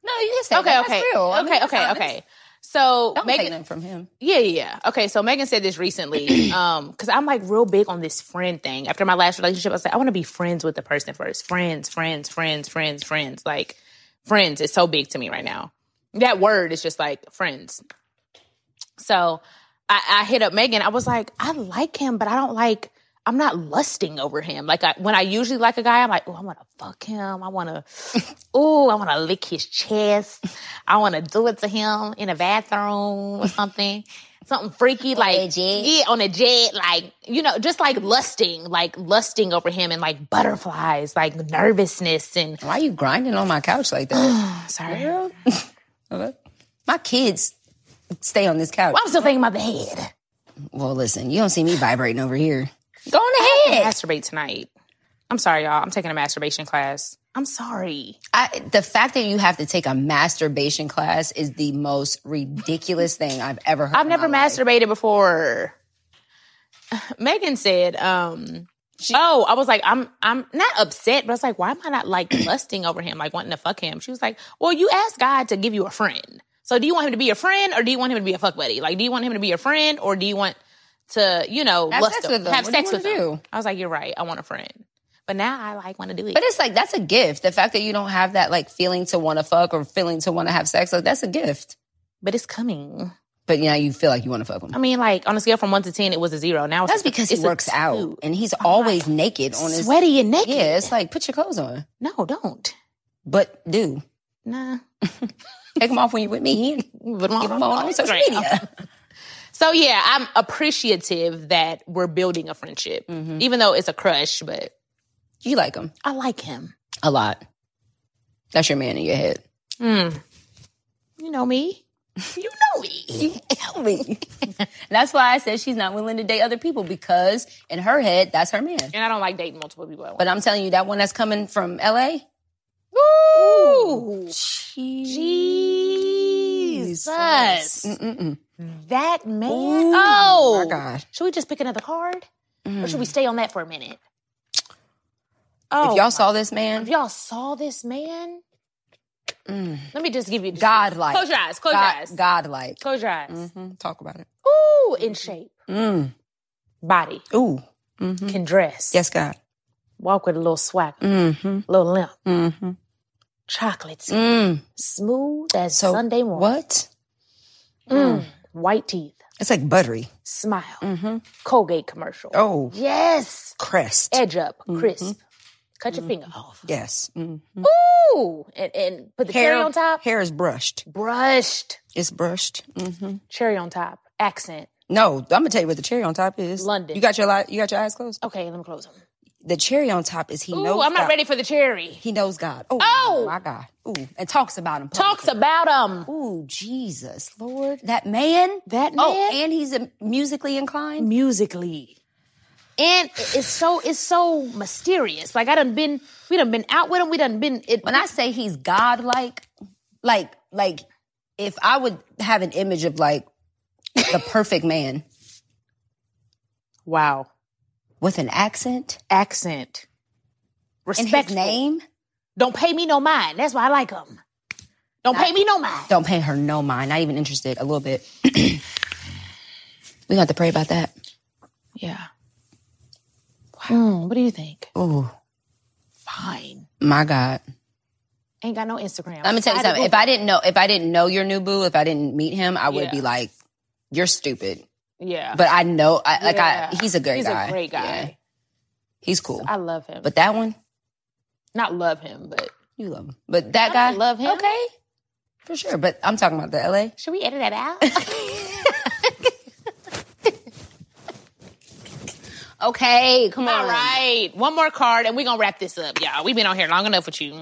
[SPEAKER 2] No, you can say
[SPEAKER 1] okay, okay, okay, okay, okay. So
[SPEAKER 2] Don't take
[SPEAKER 1] Megan,
[SPEAKER 2] nothing from him.
[SPEAKER 1] yeah, yeah, yeah. Okay, so Megan said this recently, um, because I'm like real big on this friend thing. After my last relationship, I was like, I want to be friends with the person first. Friends, friends, friends, friends, friends. Like, friends is so big to me right now. That word is just like friends. So I, I hit up Megan. I was like, I like him, but I don't like. I'm not lusting over him. Like I, when I usually like a guy, I'm like, oh, I want to fuck him. I want to, oh, I want to lick his chest. I want to do it to him in a bathroom or something, something freaky like
[SPEAKER 2] a jet.
[SPEAKER 1] yeah, on a jet, like you know, just like lusting, like lusting over him and like butterflies, like nervousness and
[SPEAKER 2] Why you grinding on my couch like that?
[SPEAKER 1] sorry,
[SPEAKER 2] my kids stay on this couch.
[SPEAKER 1] I'm still thinking about the head.
[SPEAKER 2] Well, listen, you don't see me vibrating over here. Go on ahead.
[SPEAKER 1] masturbate tonight. I'm sorry, y'all. I'm taking a masturbation class. I'm sorry.
[SPEAKER 2] I, the fact that you have to take a masturbation class is the most ridiculous thing I've ever heard.
[SPEAKER 1] I've
[SPEAKER 2] in
[SPEAKER 1] never
[SPEAKER 2] my life.
[SPEAKER 1] masturbated before. Megan said, um, "Oh, I was like, I'm, I'm not upset, but I was like, why am I not like lusting over him, like wanting to fuck him?" She was like, "Well, you asked God to give you a friend. So, do you want him to be your friend, or do you want him to be a fuck buddy? Like, do you want him to be your friend, or do you want to, you know,
[SPEAKER 2] Have
[SPEAKER 1] lust
[SPEAKER 2] sex
[SPEAKER 1] him-
[SPEAKER 2] with him.
[SPEAKER 1] have
[SPEAKER 2] What do you
[SPEAKER 1] sex
[SPEAKER 2] wanna
[SPEAKER 1] with him?"
[SPEAKER 2] do?
[SPEAKER 1] I was like, "You're right. I want a friend, but now I like want to do it."
[SPEAKER 2] But it's like that's a gift. The fact that you don't have that like feeling to want to fuck or feeling to want to have sex, like that's a gift.
[SPEAKER 1] but it's coming.
[SPEAKER 2] But now you feel like you want to fuck him.
[SPEAKER 1] I mean, like on a scale from one to ten, it was a zero. Now it's
[SPEAKER 2] That's because he
[SPEAKER 1] it's a
[SPEAKER 2] works out
[SPEAKER 1] two.
[SPEAKER 2] and he's always naked on his.
[SPEAKER 1] sweaty and naked.
[SPEAKER 2] Yeah, it's like put your clothes on,
[SPEAKER 1] No, don't.
[SPEAKER 2] but do
[SPEAKER 1] Nah.
[SPEAKER 2] take them off when you're with me.
[SPEAKER 1] Put 'em
[SPEAKER 2] Give
[SPEAKER 1] on-
[SPEAKER 2] them on,
[SPEAKER 1] on
[SPEAKER 2] on social
[SPEAKER 1] Instagram.
[SPEAKER 2] media.
[SPEAKER 1] Um, So yeah, I'm appreciative that we're building a friendship,
[SPEAKER 2] Mm-hmm.
[SPEAKER 1] even though it's a crush. But
[SPEAKER 2] You like him
[SPEAKER 1] I like him.
[SPEAKER 2] a lot. That's your man in your head.
[SPEAKER 1] You know me. You know me.
[SPEAKER 2] that's why I said she's not willing to date other people because in her head that's her man.
[SPEAKER 1] And I don't like dating multiple people at once.
[SPEAKER 2] But I'm telling you, that one that's coming from LA,
[SPEAKER 1] Ooh, Jesus!
[SPEAKER 2] Jesus. Mm-mm-mm.
[SPEAKER 1] That man.
[SPEAKER 2] Ooh,
[SPEAKER 1] oh
[SPEAKER 2] my God.
[SPEAKER 1] Should we just pick another card, or should we stay on that for a minute? Oh,
[SPEAKER 2] if Mm. y'all saw this man,
[SPEAKER 1] If y'all saw this man,
[SPEAKER 2] Mm.
[SPEAKER 1] let me just give you
[SPEAKER 2] godlike,
[SPEAKER 1] Close your eyes. Close your eyes.
[SPEAKER 2] God, godlike.
[SPEAKER 1] Close your eyes.
[SPEAKER 2] Mhm, Talk about it.
[SPEAKER 1] Ooh, in shape,
[SPEAKER 2] Mm. Mm-hmm.
[SPEAKER 1] body
[SPEAKER 2] Ooh,
[SPEAKER 1] can dress.
[SPEAKER 2] yes, God.
[SPEAKER 1] walk with a little swagger,
[SPEAKER 2] Mm-hmm.
[SPEAKER 1] little limp.
[SPEAKER 2] Mm-hmm.
[SPEAKER 1] chocolate tea.
[SPEAKER 2] Mm.
[SPEAKER 1] Smooth as
[SPEAKER 2] So
[SPEAKER 1] Sunday morning.
[SPEAKER 2] What?
[SPEAKER 1] Mm. White teeth.
[SPEAKER 2] It's like buttery.
[SPEAKER 1] Smile.
[SPEAKER 2] Mm-hmm.
[SPEAKER 1] Colgate commercial.
[SPEAKER 2] Oh, Mm-hmm.
[SPEAKER 1] Yes.
[SPEAKER 2] crest.
[SPEAKER 1] Edge up. Crisp. Cut
[SPEAKER 2] Mm.
[SPEAKER 1] your finger off.
[SPEAKER 2] yes. Mm.
[SPEAKER 1] Ooh. And, and put the cherry on top.
[SPEAKER 2] Hair is brushed.
[SPEAKER 1] Brushed.
[SPEAKER 2] It's brushed. Mm-hmm.
[SPEAKER 1] Cherry on top. Accent.
[SPEAKER 2] No, I'm gonna tell you what the cherry on top is.
[SPEAKER 1] London.
[SPEAKER 2] You got your li- you got your eyes closed.
[SPEAKER 1] Okay, let me close them.
[SPEAKER 2] The cherry on top is he
[SPEAKER 1] Ooh,
[SPEAKER 2] knows.
[SPEAKER 1] I'm not
[SPEAKER 2] God.
[SPEAKER 1] ready for the cherry.
[SPEAKER 2] He knows God. Oh,
[SPEAKER 1] Oh!
[SPEAKER 2] my God. Ooh, and talks about him.
[SPEAKER 1] Talks about um
[SPEAKER 2] Ooh, Jesus, Lord, that man.
[SPEAKER 1] that
[SPEAKER 2] Oh,
[SPEAKER 1] man
[SPEAKER 2] and he's uh, musically inclined.
[SPEAKER 1] musically. And it- it's so it's so mysterious. Like I done been we done been out with him. We done been it,
[SPEAKER 2] when I say he's godlike, like like if I would have an image of like the perfect man
[SPEAKER 1] wow
[SPEAKER 2] with an accent
[SPEAKER 1] accent
[SPEAKER 2] and
[SPEAKER 1] respect
[SPEAKER 2] his name,
[SPEAKER 1] Don't pay me no mind. That's why I like him. Don't pay me no mind.
[SPEAKER 2] don't pay her no mind. Not even interested. A little bit. we got to pray about that.
[SPEAKER 1] Yeah. Wow. Hmm, what do you think?
[SPEAKER 2] Oh
[SPEAKER 1] Fine.
[SPEAKER 2] my God.
[SPEAKER 1] Ain't got no Instagram.
[SPEAKER 2] Let me tell you
[SPEAKER 1] Decided
[SPEAKER 2] something.
[SPEAKER 1] to
[SPEAKER 2] If I didn't know, if I didn't know your new boo, if I didn't meet him, I would
[SPEAKER 1] Yeah.
[SPEAKER 2] be like, "You're stupid."
[SPEAKER 1] Google. yeah,
[SPEAKER 2] But I know, I, like, I
[SPEAKER 1] Yeah.
[SPEAKER 2] he's a great
[SPEAKER 1] he's
[SPEAKER 2] guy.
[SPEAKER 1] a great guy.
[SPEAKER 2] Yeah. he's cool.
[SPEAKER 1] I love him.
[SPEAKER 2] But that one,
[SPEAKER 1] not love him, but
[SPEAKER 2] you love him. But that
[SPEAKER 1] I
[SPEAKER 2] guy,
[SPEAKER 1] love him.
[SPEAKER 2] Okay, for sure. But I'm talking about the LA.
[SPEAKER 1] should we edit that out?
[SPEAKER 2] Okay, come
[SPEAKER 1] All right, one more card, and we gonna wrap this up, y'all. We've been on here long enough with you.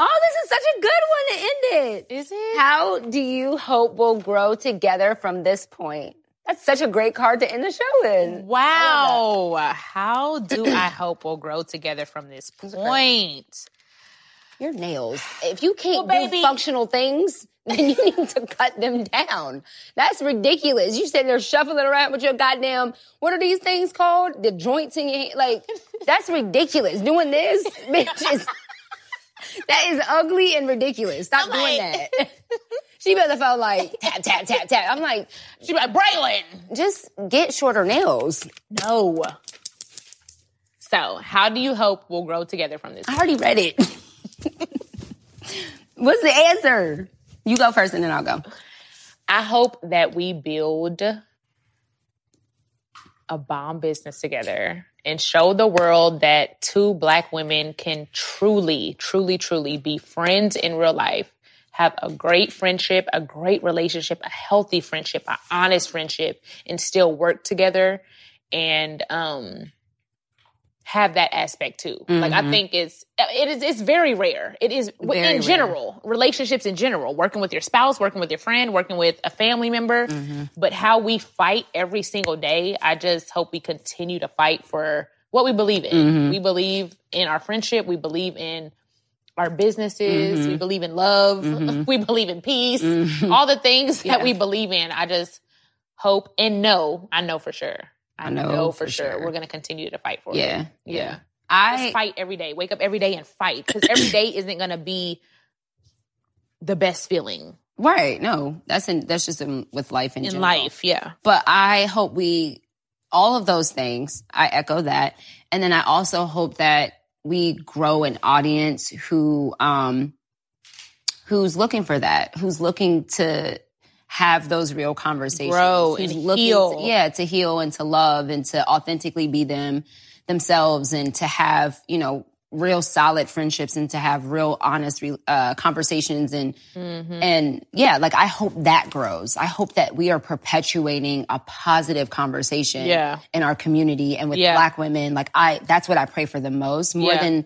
[SPEAKER 2] Oh, this is such a good one to end it.
[SPEAKER 1] Is it?
[SPEAKER 2] How do you hope we'll grow together from this point? That's such a great card to end the show in.
[SPEAKER 1] Wow. How do I hope we'll grow together from this point?
[SPEAKER 2] Your nails. If you can't
[SPEAKER 1] Well,
[SPEAKER 2] do
[SPEAKER 1] baby-
[SPEAKER 2] functional things, then you need to cut them down. That's ridiculous. You sitting there shuffling around with your goddamn, what are these things called? The joints in your hand. Like, that's ridiculous. Doing this, bitch, is, that is ugly and ridiculous. Stop
[SPEAKER 1] I'm
[SPEAKER 2] doing
[SPEAKER 1] like-
[SPEAKER 2] that. she better felt like tap, tap, tap, tap. I'm like,
[SPEAKER 1] She be like, Braylon.
[SPEAKER 2] just get shorter nails.
[SPEAKER 1] No. So, how do you hope we'll grow together from this?
[SPEAKER 2] I already read it. What's the answer? You go first and then I'll go.
[SPEAKER 1] I hope that we build a bomb business together and show the world that two black women can truly, truly, truly be friends in real life, have a great friendship, a great relationship, a healthy friendship, an honest friendship, and still work together and um have that aspect too. Like I think it's it is it's very rare. It is
[SPEAKER 2] Mm-hmm. Very rare.
[SPEAKER 1] in general, relationships in general, working with your spouse, working with your friend, working with a family member,
[SPEAKER 2] Mm-hmm.
[SPEAKER 1] but how we fight every single day, I just hope we continue to fight for what we believe in.
[SPEAKER 2] Mm-hmm.
[SPEAKER 1] We believe in our friendship, we believe in our businesses, we believe in love, we believe in peace, all the things that we believe in. I just hope and know, I know for sure. I, know, for, sure. We're going to continue to fight for it.
[SPEAKER 2] Yeah.
[SPEAKER 1] Yeah.
[SPEAKER 2] I
[SPEAKER 1] Just fight every day. Wake up every day and fight because every day isn't going to be the best feeling
[SPEAKER 2] right. No, that's in that's just in, with life in,
[SPEAKER 1] in
[SPEAKER 2] general.
[SPEAKER 1] life. Yeah.
[SPEAKER 2] But I hope we all of those things. I echo that, and then I also hope that we grow an audience who um who's looking for that, who's looking to have those real conversations,
[SPEAKER 1] Grow
[SPEAKER 2] who's
[SPEAKER 1] and
[SPEAKER 2] looking
[SPEAKER 1] heal.
[SPEAKER 2] To, yeah, to heal and to love and to authentically be them themselves and to have you know real solid friendships and to have real honest re- uh, conversations and
[SPEAKER 1] Mm-hmm.
[SPEAKER 2] and yeah like i hope that grows i hope that we are perpetuating a positive conversation
[SPEAKER 1] Yeah.
[SPEAKER 2] in our community and with
[SPEAKER 1] Yeah.
[SPEAKER 2] black women like i that's what i pray for the most more
[SPEAKER 1] Yeah.
[SPEAKER 2] than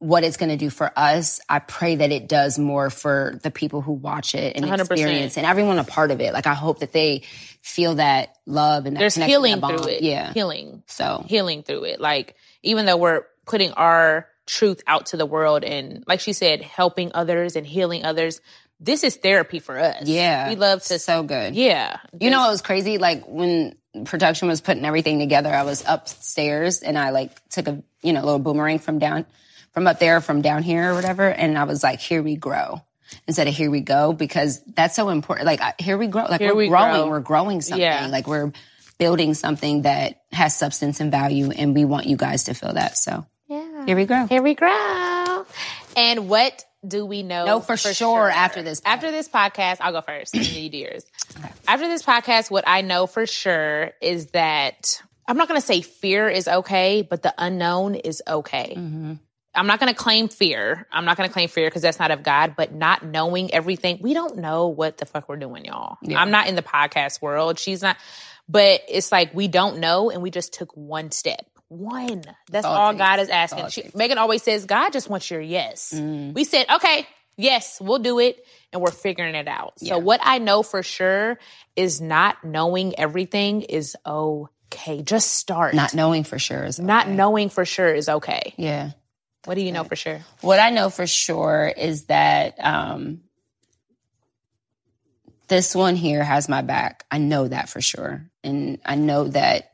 [SPEAKER 2] what it's going to do for us i pray that it does more for the people who watch it and
[SPEAKER 1] 100%.
[SPEAKER 2] experience and everyone a part of it like i hope that they feel that love and that
[SPEAKER 1] There's
[SPEAKER 2] connection,
[SPEAKER 1] healing
[SPEAKER 2] that bond.
[SPEAKER 1] through it.
[SPEAKER 2] yeah
[SPEAKER 1] Healing.
[SPEAKER 2] so
[SPEAKER 1] Healing through it. Like, even though we're putting our truth out to the world and, like she said, helping others and healing others, this is therapy for us.
[SPEAKER 2] yeah
[SPEAKER 1] We love to,
[SPEAKER 2] so good
[SPEAKER 1] yeah.
[SPEAKER 2] You know, it was crazy. Like when production was putting everything together, I was upstairs and I like took a you know little boomerang from down from up there from down here or whatever, and I was like, "Here we grow." Instead of here we go, because that's so important. Like I- here we grow, like
[SPEAKER 1] Here
[SPEAKER 2] we're
[SPEAKER 1] we
[SPEAKER 2] growing,
[SPEAKER 1] grow.
[SPEAKER 2] we're growing something.
[SPEAKER 1] Yeah.
[SPEAKER 2] Like we're building something that has substance and value, and we want you guys to feel that. So
[SPEAKER 1] Yeah.
[SPEAKER 2] here we grow.
[SPEAKER 1] Here we grow. And what do we know?
[SPEAKER 2] No, for, sure, after this.
[SPEAKER 1] After this podcast, I'll go first. and then you do yours. After this podcast, what I know for sure is that I'm not going to say fear is okay, but the unknown is okay.
[SPEAKER 2] Mm-hmm.
[SPEAKER 1] I'm not going to claim fear. I'm not going to claim fear because that's not of God, but not knowing everything. We don't know what the fuck we're doing, y'all. I'm not in the podcast world. She's not, but it's like we don't know and we just took one step. One. That's
[SPEAKER 2] all it
[SPEAKER 1] all
[SPEAKER 2] takes.
[SPEAKER 1] God is
[SPEAKER 2] all
[SPEAKER 1] asking.
[SPEAKER 2] it
[SPEAKER 1] She-
[SPEAKER 2] takes.
[SPEAKER 1] Megan always says, God just wants your yes.
[SPEAKER 2] Mm.
[SPEAKER 1] We said, okay, yes, we'll do it. And we're figuring it out.
[SPEAKER 2] Yeah.
[SPEAKER 1] So, what I know for sure is not knowing everything is okay. Just start.
[SPEAKER 2] Not knowing for sure is
[SPEAKER 1] Not
[SPEAKER 2] okay.
[SPEAKER 1] knowing for sure is okay.
[SPEAKER 2] Yeah.
[SPEAKER 1] What do you know for sure?
[SPEAKER 2] What I know for sure is that um, this one here has my back. I know that for sure. And I know that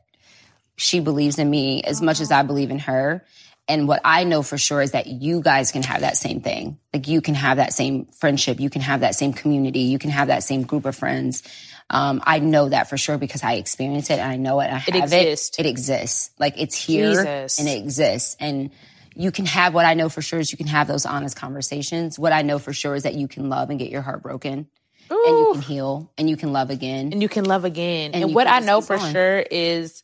[SPEAKER 2] she believes in me as much as I
[SPEAKER 1] Uh-huh.
[SPEAKER 2] believe in her. And what I know for sure is that you guys can have that same thing. Like you can have that same friendship. You can have that same community. You can have that same group of friends. Um, I know that for sure because I experience it and I know it. And I
[SPEAKER 1] It
[SPEAKER 2] have
[SPEAKER 1] exists.
[SPEAKER 2] It. it exists. Like it's here
[SPEAKER 1] Jesus.
[SPEAKER 2] and it exists. And you can have what I know for sure is you can have those honest conversations. What I know for sure is that you can love and get your heart broken and you can heal and you can love again.
[SPEAKER 1] and you can love again.
[SPEAKER 2] And
[SPEAKER 1] And,
[SPEAKER 2] you
[SPEAKER 1] what
[SPEAKER 2] can
[SPEAKER 1] I
[SPEAKER 2] just
[SPEAKER 1] know
[SPEAKER 2] keep
[SPEAKER 1] for
[SPEAKER 2] going.
[SPEAKER 1] sure is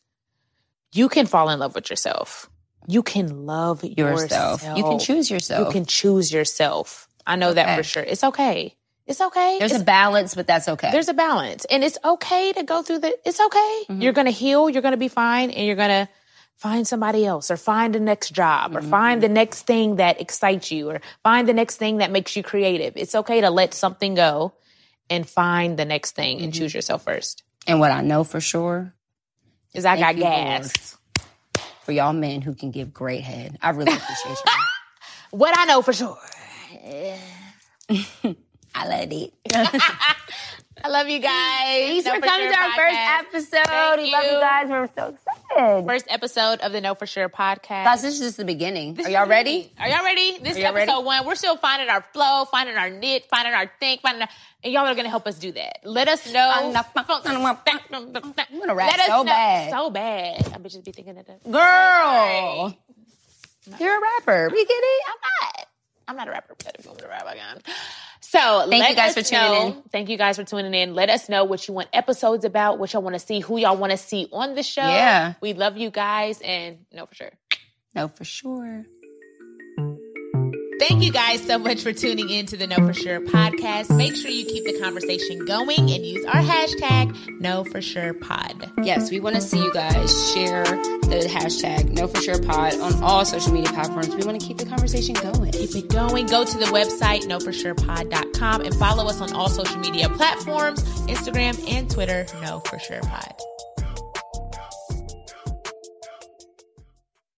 [SPEAKER 1] you can fall in love with yourself. You can love yourself.
[SPEAKER 2] yourself. You can choose yourself.
[SPEAKER 1] You can choose yourself. I know that
[SPEAKER 2] Okay.
[SPEAKER 1] for sure. It's okay. It's okay.
[SPEAKER 2] there's a
[SPEAKER 1] It's-
[SPEAKER 2] balance, but that's okay.
[SPEAKER 1] there's a balance, and it's okay to go through the. It's okay. You're gonna heal. You're gonna be fine, and you're gonna find somebody else, or find the next job, or find the next thing that excites you, or find the next thing that makes you creative. It's okay to let something go, and find the next thing, and choose yourself first.
[SPEAKER 2] and what I know for sure
[SPEAKER 1] Is I got
[SPEAKER 2] Thank you,
[SPEAKER 1] gas.
[SPEAKER 2] for y'all men who can give great head, I really appreciate you.
[SPEAKER 1] What I know for sure.
[SPEAKER 2] I love it.
[SPEAKER 1] I love you guys.
[SPEAKER 3] Thanks
[SPEAKER 1] Know
[SPEAKER 3] for coming
[SPEAKER 1] Sure
[SPEAKER 3] to our
[SPEAKER 1] podcast.
[SPEAKER 3] first episode.
[SPEAKER 1] Thank
[SPEAKER 3] we love
[SPEAKER 1] you.
[SPEAKER 3] you guys. We're so excited.
[SPEAKER 1] First episode of the Know For Sure podcast.
[SPEAKER 2] Guys, this is just the beginning.
[SPEAKER 1] This
[SPEAKER 2] Are
[SPEAKER 1] is
[SPEAKER 2] y'all
[SPEAKER 1] it.
[SPEAKER 2] ready?
[SPEAKER 1] Are y'all ready? This is
[SPEAKER 2] y'all
[SPEAKER 1] episode
[SPEAKER 2] ready?
[SPEAKER 1] one. We're still finding our flow, finding our knit, finding our thing, finding our, and y'all are gonna help us do that. Let us know.
[SPEAKER 2] Finding our funk, finding our funk.
[SPEAKER 1] I'm gonna
[SPEAKER 2] gonna rap so bad.
[SPEAKER 1] So bad. I bitches be thinking of that.
[SPEAKER 2] Girl. You're a rapper. We get it.
[SPEAKER 1] I'm not. I'm not a rapper, but I'm going to rap again. So
[SPEAKER 2] Thank
[SPEAKER 1] let
[SPEAKER 2] you guys
[SPEAKER 1] us
[SPEAKER 2] for tuning
[SPEAKER 1] know-
[SPEAKER 2] in.
[SPEAKER 1] Thank you guys for tuning in. Let us know what you want episodes about, what y'all want to see, who y'all want to see on the show.
[SPEAKER 2] Yeah.
[SPEAKER 1] we love you guys, and know for sure.
[SPEAKER 2] No, for sure.
[SPEAKER 1] Thank you guys so much for tuning in to the Know For Sure podcast. Make sure you keep the conversation going and use our hashtag Know For Sure Pod.
[SPEAKER 2] Yes, we want to see you guys share the hashtag No For Sure Pod on all social media platforms. We want to keep the conversation going.
[SPEAKER 1] keep it going. Go to the website, knowforsurepod.com, and follow us on all social media platforms Instagram and Twitter, Know For Sure Pod.